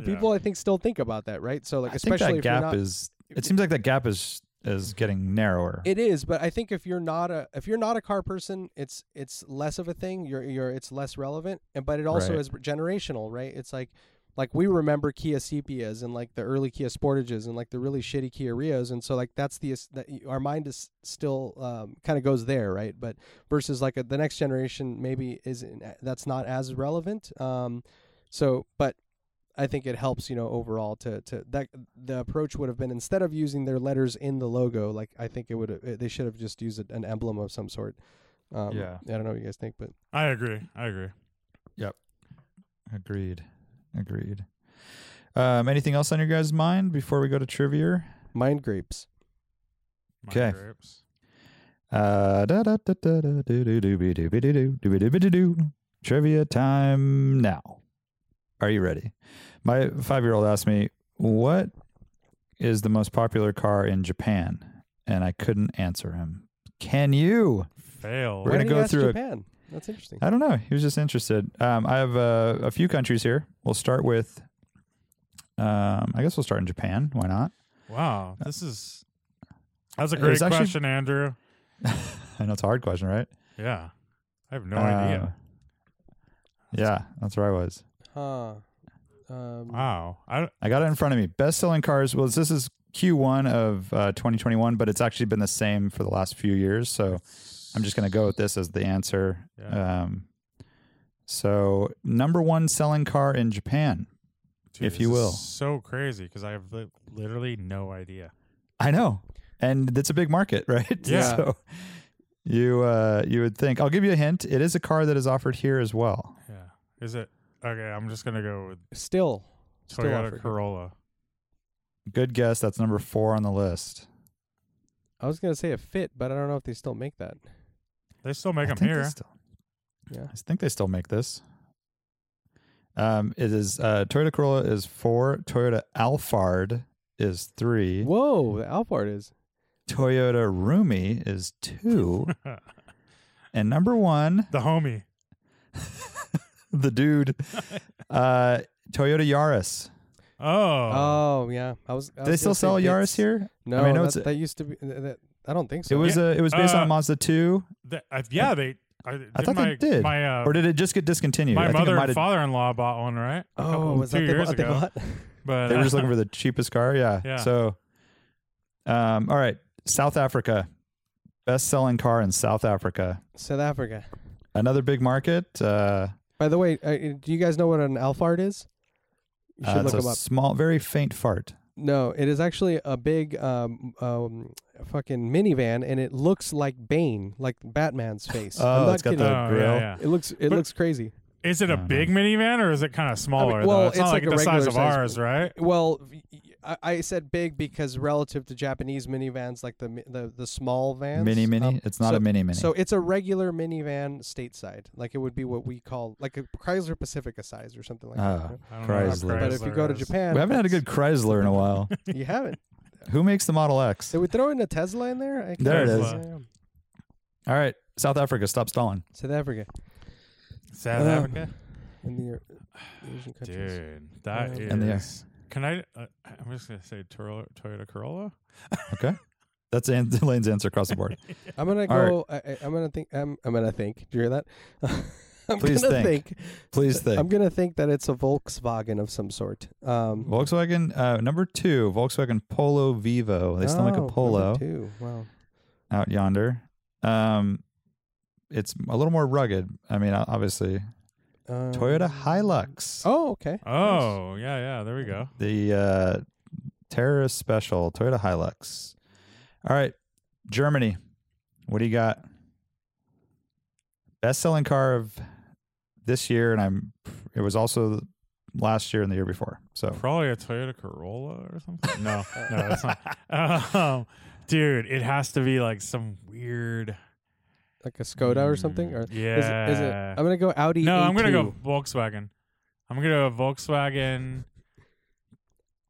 S3: Yeah.
S6: people I think still think about that, right? So like,
S5: I think
S6: especially
S5: that
S6: if you're
S5: gap
S6: not,
S5: is. It seems like that gap is is getting narrower.
S6: It is, but I think if you're not a if you're not a car person, it's it's less of a thing. You're you're it's less relevant, and but it also
S5: Right.
S6: is generational, right? It's like like we remember Kia Sepias and like the early Kia Sportages and like the really shitty Kia Rios, and so like that's the that our mind is still um, kind of goes there, right? But versus like a, the next generation maybe isn't that's not as relevant. Um, so, but I think it helps, you know, overall to to that the approach would have been instead of using their letters in the logo, like I think it would have, they should have just used an emblem of some sort. Um,
S5: Yeah.
S6: I don't know what you guys think, but
S3: I agree. I agree.
S5: Agreed. Agreed. Um, anything else on your guys' mind before we go to trivia?
S6: mind grapes.
S3: My
S5: 'Kay.
S3: grapes.
S5: Uh, da- da- da- da- da- do- do- do- be- do- be- do- do- do- be- do- be- do- do. Trivia time now. Are you ready? My five year old asked me, What is the most popular car in Japan? And I couldn't answer him. Can you?
S3: Fail.
S5: We're
S6: Why
S5: gonna
S6: did
S5: go
S6: he ask
S5: through a-
S6: Japan. That's interesting.
S5: I don't know. He was just interested. Um, I have uh, a few countries here. We'll start with Um, I guess we'll start in Japan. Why not?
S3: Wow, this is that's a
S5: It
S3: great
S5: was actually-
S3: question, Andrew.
S5: I know it's a hard question, right?
S3: Yeah, I have no
S5: Uh,
S3: idea.
S5: Yeah, that's where I was.
S6: Huh. Um,
S5: Ah.
S3: Wow, I don't-
S5: I got it in front of me. Best selling cars. Well, this is Q1 of uh, 2021, but it's actually been the same for the last few years. So I'm just going to go with this as the answer.
S3: Yeah.
S5: Um, so, number one selling car in Japan.
S3: dude,
S5: if
S3: this
S5: you
S3: is
S5: will.
S3: so crazy because I have li- literally no idea.
S5: I know. And that's a big market, (laughs) right?
S3: Yeah.
S5: So you uh, you would think. I'll give you a hint. It is a car that is offered here as well.
S3: Yeah, is it okay? I'm just gonna go with
S6: Still. Still
S3: Toyota
S6: offered.
S3: Corolla.
S5: Good guess. That's number four on the list.
S6: I was gonna say a fit, but I don't know if they still make that.
S3: They still make
S5: I
S3: them
S5: think they
S3: here.
S5: still-
S6: Yeah.
S5: I think they still make this. Um, it is uh, Toyota Corolla is four, Toyota Alphard is three,
S6: Whoa, the Alphard is.
S5: Toyota Rumi is
S3: (laughs)
S5: two, and number one,
S3: The homie. (laughs)
S5: the dude, uh, Toyota Yaris. Uh,
S3: Oh,
S6: Oh, yeah, I was. I
S5: Do they
S6: was
S5: still
S6: gonna say
S5: sell Yaris
S6: it's-
S5: here?
S6: No,
S5: mean, I know
S6: that,
S5: it's a-
S6: that used to be. That, that- I don't think so.
S5: It was
S3: Yeah.
S5: uh, it was based
S3: Uh,
S5: on Mazda two,
S3: Th- I- yeah, they. I, did
S5: thought they
S3: my,
S5: did.
S3: My uh,
S5: or did it just get discontinued? I
S3: my
S5: think it
S3: mother
S5: might
S3: and
S5: have-
S3: father-in-law bought one, right? A
S6: oh,
S3: couple-
S6: was
S3: two
S6: that the
S3: years
S6: what they
S3: ago?
S6: bought?
S3: But
S5: They were just
S3: uh,
S5: looking for the cheapest car. Yeah.
S3: Yeah.
S5: So, um, all right, South Africa, best selling car in South Africa.
S6: South Africa.
S5: Another big market. Uh,
S6: By the way, uh, do you guys know what an Alphard is? You should
S5: uh,
S6: look
S5: it's
S6: 'em
S5: a
S6: up.
S5: small, very faint fart.
S6: No, it is actually a big um, um, fucking minivan, and it looks like Bane, like Batman's face. I'm
S5: Oh,
S6: not
S5: it's got
S6: kidding.
S5: the
S3: Oh,
S5: grill.
S3: yeah, yeah.
S6: It looks it
S3: But-
S6: looks crazy.
S3: Is it a
S5: No, no.
S3: big minivan or is it kind of smaller?
S6: well,
S3: though? it's,
S6: it's
S3: not
S6: like
S3: like,
S6: a
S3: the size
S6: regular
S3: of
S6: size-
S3: ours, right?
S6: Well, y- y- I, I said big because relative to Japanese minivans, like the mi- the, the small vans,
S5: Mini, mini.
S6: um,
S5: it's not
S6: so,
S5: a mini, mini.
S6: So it's a regular minivan stateside, like it would be what we call like a Chrysler Pacifica size or something like that.
S5: Ah,
S6: you know? Um,
S3: I don't know what
S5: Chrysler.
S6: But if you
S3: Chrysler
S6: go to
S3: is.
S6: Japan,
S5: we haven't had a good Chrysler in
S6: (laughs)
S5: a while.
S6: that's- You haven't.
S5: Who makes the Model X?
S6: Did we throw in a Tesla in there? I can't
S5: There it
S6: remember.
S5: All right, South Africa. Stop stalling.
S6: South Africa
S3: South
S6: Uh,
S3: Africa,
S6: and the Eur-
S5: (sighs)
S6: Asian countries.
S3: dude. That is.
S5: And they are.
S3: Can I? Uh, I'm just gonna say Toyota, Toyota Corolla.
S5: Okay, that's An- (laughs) Lane's answer across the board.
S6: I'm gonna
S5: All right.
S6: go. I, I- I'm gonna think. I'm, I'm gonna think. Do you hear that? (laughs) I'm
S5: Please
S6: gonna
S5: think. Please
S6: (laughs) I'm
S5: think.
S6: gonna think that it's a Volkswagen of some sort. Um,
S5: Volkswagen uh, number two, Volkswagen Polo Vivo. They still make
S6: oh,
S5: a
S6: number
S5: Polo.
S6: two. Wow.
S5: out yonder. Um, it's a little more rugged. I mean, o- obviously,
S6: Um,
S5: Toyota Hilux,
S6: Oh, okay.
S3: Oh, yeah, yeah. There we go.
S5: the uh, terrorist special, Toyota Hilux. All right, Germany, what do you got? Best selling car of this year, and I'm. It was also last year and the year before. So
S3: Probably a Toyota Corolla or
S6: (laughs)
S3: something. No, no, that's not. Um, dude, it has to be like some weird. Mm,
S6: Like a Skoda
S5: Hmm.
S6: or something. Or
S3: yeah.
S6: is it, is it? I'm gonna go Audi.
S3: no, I'm gonna go
S6: A2.
S3: Volkswagen. I'm gonna go Volkswagen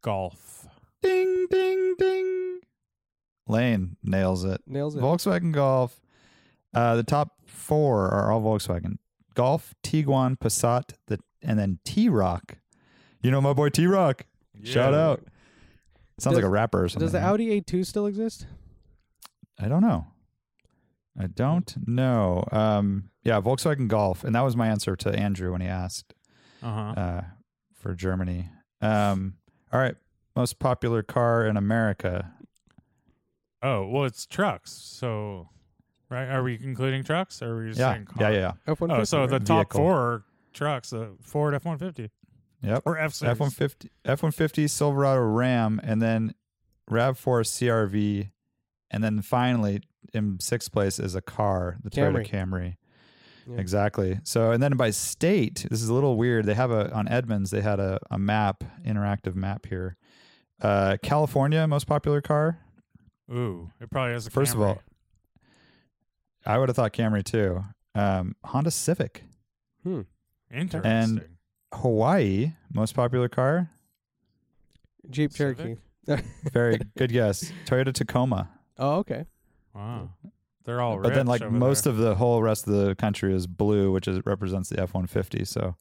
S3: Golf.
S5: ding, ding, ding. Lane nails it.
S6: Nails it.
S5: Volkswagen Golf. Uh, the top four are all Volkswagen: Golf, Tiguan, Passat, the and then T Rock. You know my boy T Rock. Shout
S3: Yeah.
S5: out. Sounds like
S6: Does-
S5: a rapper or something.
S6: Does the
S5: right?
S6: Audi A2 still exist?
S5: I don't know. I don't know. Um, yeah, Volkswagen Golf, and that was my answer to Andrew when he asked
S3: Uh-huh.
S5: uh, for Germany. Um, all right, most popular car in America.
S3: Oh, well, it's trucks. So, right? Are we including trucks? Or are we just
S5: Yeah,
S3: saying car?
S5: yeah, yeah,
S6: F150.
S3: Oh, so the top
S5: Vehicle.
S3: four are trucks: the Ford F one fifty
S5: yeah. Yep.
S3: or F series.
S5: F one fifty, F one fifty, Silverado Ram, and then Rav Four CRV, and then finally in sixth place is a car, the Toyota
S6: Camry.
S5: Camry.
S6: Yeah.
S5: Exactly. So, and then by state, this is a little weird. They have a on Edmonds, they had a, a map, interactive map here. Uh, California, most popular car.
S3: Ooh, it probably has a.
S5: First of
S3: Camry.
S5: all, I would have thought Camry too. Um, Honda Civic,
S3: interesting.
S5: Hawaii, most popular car.
S6: Jeep
S3: Civic?
S6: Cherokee.
S5: Very good guess. Toyota Tacoma.
S6: Oh, okay.
S3: wow, they're all.
S5: but then
S3: Oh, rich
S5: like
S3: over
S5: most
S3: there.
S5: of the whole rest of the country is blue which is represents the f-150 so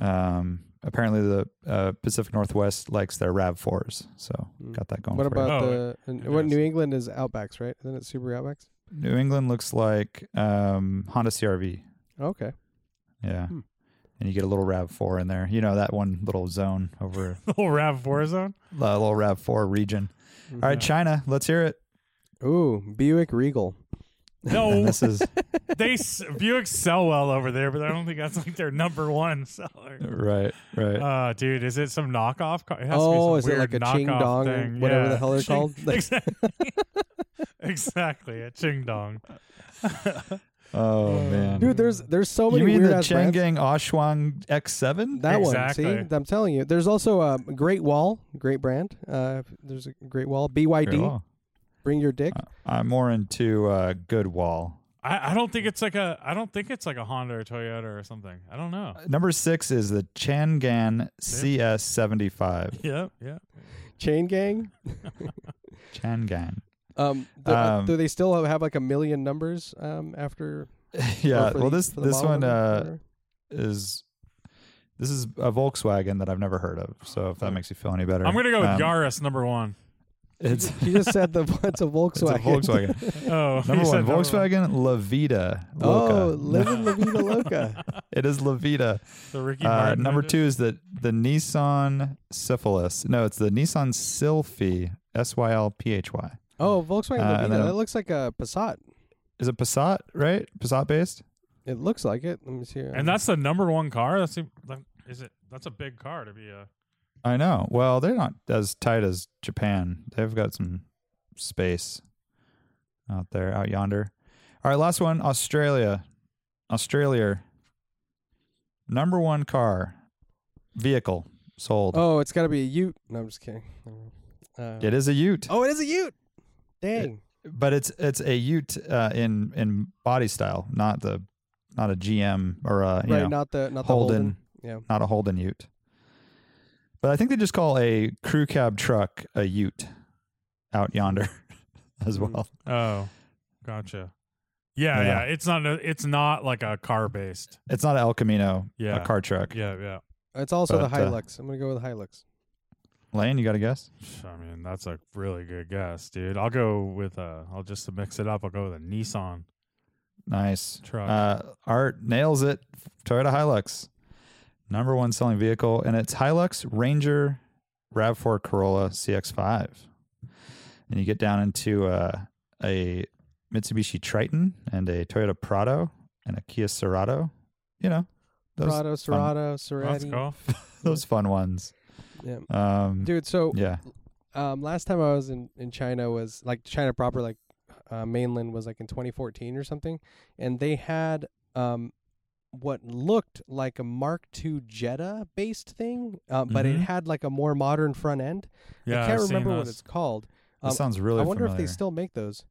S5: um apparently the uh, Pacific Northwest likes their Rav fours, so
S6: Mm.
S5: got that going.
S6: What
S5: for you.
S6: about
S3: Oh,
S6: the and
S3: it
S6: what
S3: is.
S6: New England is Outbacks, right? Isn't it Subaru Outbacks?
S5: New England? Looks like um, Honda CRV.
S6: Okay.
S5: Yeah.
S6: Hmm.
S5: And you get a little RAV4 in there. You know, that one little zone
S6: (laughs)
S5: over
S3: (laughs) The whole RAV4 zone?
S5: a little RAV4 region. All
S6: Mm-hmm.
S5: right, China, let's hear it.
S6: Ooh, Buick Regal.
S5: And
S3: No, (laughs)
S5: (laughs) this is
S3: they s- Buick sell well over there, but I don't think that's like their number one (laughs) seller.
S5: right, right.
S3: Uh, dude, is it some knockoff? car? It has
S6: Oh,
S3: to be
S6: is
S3: some
S6: it
S3: weird
S6: like a Ching
S3: knockoff
S6: Dong,
S3: thing.
S6: whatever
S3: Yeah.
S6: the hell they're
S3: Ching-
S6: called?
S3: (laughs) Exactly. exactly, a Ching Dong.
S5: oh man.
S6: Dude, there's there's so many
S5: you mean
S6: weird
S5: the
S6: ass brands.
S5: Changang Oshwang X7?
S6: That one, see,
S3: Exactly.
S6: I'm telling you. There's also a Great Wall, great brand. Uh, there's a Great Wall, BYD,
S5: Very well.
S6: bring your dick.
S5: I'm more into uh, good wall.
S3: I, I don't think it's like a I don't think it's like a Honda or Toyota or something. I don't know.
S5: Number six is the Changan CS75.
S3: Yeah, yeah.
S6: Chain Gang. (laughs)
S5: Changan.
S6: Um, do, uh,
S5: Um,
S6: do they still have, have like a million numbers um, after? or
S5: yeah.
S6: for
S5: Well,
S6: the-
S5: this
S6: for the
S5: this
S6: model
S5: one
S6: number,
S5: uh,
S6: whatever?
S5: is this is a Volkswagen that I've never heard of. So if that makes you feel any better,
S3: I'm gonna go with
S5: Um,
S3: Yaris number one.
S5: (laughs) (laughs) It's,
S6: He just said the (laughs) it's a
S5: (laughs) it's a
S6: Volkswagen. (laughs)
S5: Volkswagen.
S3: Oh, (laughs) he
S5: number one,
S3: said
S5: Volkswagen La Vida. Loca.
S6: Oh, living La Vida
S5: (laughs)
S6: Loca.
S5: it is La Vida.
S3: The Ricky
S5: Uh,
S3: Martin
S5: number
S3: engine.
S5: two is the the Nissan Syphilis. No, it's the Nissan Sylphy. S y l p h y.
S6: Oh, Volkswagen La
S5: Uh, and
S6: Vida.
S5: then-
S6: That looks like a Passat.
S5: Is it Passat? Right? Passat based.
S6: It looks like it. Let me see.
S3: And that's the number one car. That's the- that- is it. That's a big car to be a.
S5: I know. Well, they're not as tight as Japan. They've got some space out there, out yonder. All right, last one, Australia. Australia. Number one car vehicle sold.
S6: Oh, it's got to be a Ute. No, I'm just kidding. Uh,
S5: It is a Ute,
S6: Oh, it is a Ute. Dang.
S5: but it's it's a Ute uh, in in body style, not the not a GM or a you
S6: right,
S5: know,
S6: not the not
S5: Holden,
S6: the Holden.
S5: not a Holden Ute. But I think they just call a crew cab truck a Ute out yonder (laughs) as
S6: Mm.
S5: well.
S3: Oh, gotcha. Yeah,
S5: Yeah.
S3: yeah. It's not. A, it's not like a car based.
S5: It's not an El Camino,
S3: Yeah.
S5: a car truck.
S3: Yeah, yeah.
S6: Yeah, it's also
S5: But,
S6: the
S5: uh,
S6: Hilux. I'm gonna go with the Hilux.
S5: Lane, you got a guess?
S3: I mean, that's a really good guess, dude. I'll go with uh I'll just to mix it up. I'll go with a Nissan
S5: Nice.
S3: truck.
S5: Uh, Art nails it. Toyota Hilux, number one selling vehicle, and it's Hilux Ranger Rav4 Corolla CX5. And you get down into uh, a Mitsubishi Triton and a Toyota Prado and a Kia Cerato. You know, those
S6: Prado, Serato,
S3: Let's
S6: Cerati.
S3: go.
S5: those fun ones.
S6: Yeah.
S5: Um,
S6: Dude, so
S5: yeah.
S6: um, last time I was in, in China was like China proper, like uh, mainland was like in 2014 or something, and they had um, what looked like a Mark II Jetta based thing, uh, but it
S3: Mhm.
S6: had like a more modern front end.
S3: Yeah,
S6: I can't
S3: I've seen
S6: remember what
S3: those.
S6: it's called.
S5: That
S6: Um,
S5: sounds really
S6: I wonder
S5: familiar.
S6: if they still make those.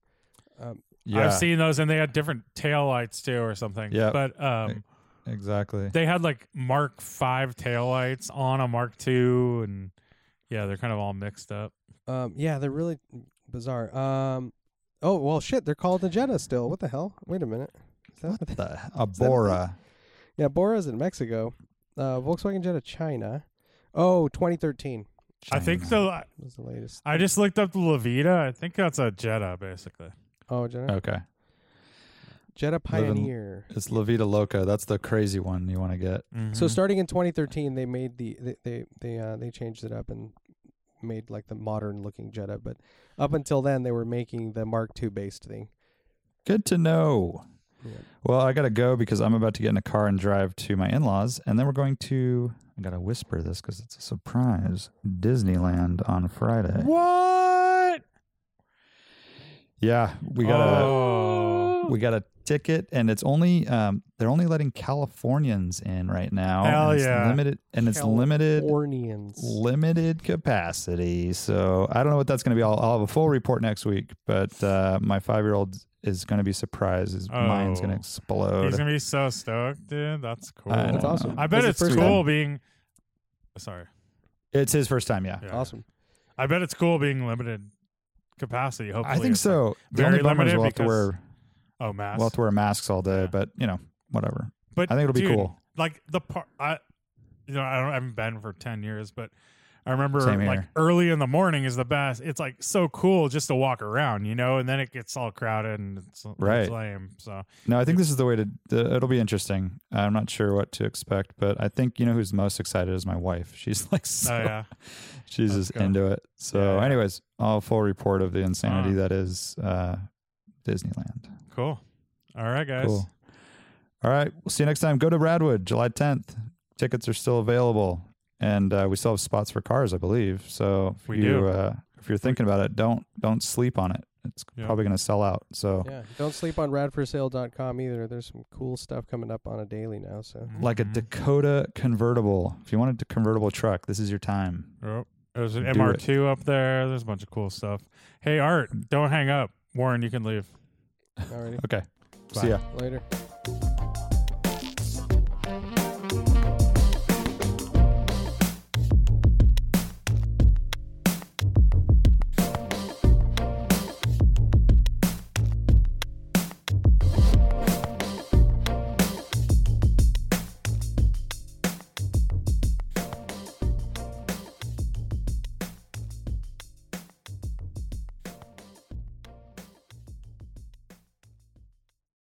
S6: Um,
S5: yeah,
S3: I've seen those, and they had different tail lights too, or something.
S5: Yeah.
S3: But um,
S5: exactly.
S3: they had like Mark Five tail lights on a Mark Two, and yeah, they're kind of all mixed up.
S6: um, yeah, they're really bizarre. Um, oh well, shit, they're called the Jetta still. What the hell? Wait a minute. Is that what they-
S5: the Abora.
S6: Yeah, Bora's in Mexico. Uh, Volkswagen Jetta China. Oh, 2013
S3: I think
S5: China.
S3: so.
S6: was the latest.
S3: I just looked up the Levita. I think that's a Jetta, basically.
S6: Oh, Jetta,
S5: Okay.
S6: Jetta
S5: Uh, live in-
S6: Pioneer.
S5: It's La Vida Loca. That's the crazy one you want to get.
S6: So
S3: Mhm.
S6: starting in 2013, they made the they they they, uh, they changed it up and made like the modern looking Jetta. But up until then, they were making the Mark II based thing.
S5: Good to know.
S6: Yeah.
S5: Well, I got to go because I'm about to get in a car and drive to my in laws. And then we're going to, I got to whisper this because it's a surprise Disneyland on Friday.
S3: what?
S5: Yeah. We got a.
S3: Oh.
S5: We got a ticket, and it's only um, they're only letting Californians in right now.
S3: Hell
S5: and it's
S3: yeah.
S5: Limited and it's limited
S6: Ornians.
S5: limited capacity. So I don't know what that's going to be. I'll, I'll have a full report next week, but uh, my five year old is going to be surprised. His mind's going to
S3: Oh.
S5: explode.
S3: He's gonna be so stoked, dude. That's cool.
S6: That's
S5: I don't
S6: awesome.
S5: know.
S3: uh, I bet
S6: That's
S3: it's
S6: the first
S3: cool
S6: time.
S3: being. Sorry.
S5: it's his first time. Yeah,
S3: Yeah.
S6: Awesome.
S3: I bet it's cool being limited capacity. Hopefully,
S5: I think
S3: it's like-
S5: so. The
S3: very
S5: only bummer is
S3: limited
S5: we'll have to
S3: because-
S5: wear
S3: oh, mass.
S5: we'll have to wear masks all day,
S3: Yeah.
S5: but you know whatever.
S3: but
S5: I think it'll be
S3: dude,
S5: cool.
S3: Like the part, I you know, I, don't, I haven't been for 10 years, but I remember
S5: Same
S3: like
S5: here.
S3: early in the morning is the best. It's like so cool just to walk around, you know, and then it gets all crowded and it's,
S5: Right.
S3: it's lame.
S5: (laughs)
S3: So oh,
S5: No, I think this is the way to. The, it'll be interesting. I'm not sure what to expect, but I think you know who's most excited is my wife. (laughs) She's like, so,
S3: oh, yeah.
S5: she's
S3: Let's
S5: just
S3: go.
S5: into it. So,
S3: Yeah, yeah.
S5: anyways, all full report of the insanity
S3: Ah.
S5: that is uh, Disneyland.
S3: Cool. All right, guys.
S5: Cool. All right, we'll see you next time. Go to Radwood, July 10th. Tickets are still available, and uh, we still have spots for cars, I believe. So if
S3: We
S5: you
S3: do.
S5: Uh, if you're thinking about it, don't don't sleep on it. It's
S3: Yeah.
S5: probably going to sell out.
S6: (laughs)
S5: So
S6: Yeah, don't sleep on radforsale.com either. There's some cool stuff coming up on a daily now. So
S5: like a
S3: Mhm.
S5: Dakota convertible. If you wanted a convertible truck, this is your time.
S3: Yep. Oh, There's an
S5: Do
S3: MR2 up there. There's a bunch of cool stuff. Hey, Art, don't hang up. Warren, you can leave.
S6: already
S5: Okay.
S3: Bye.
S5: See ya.
S6: later.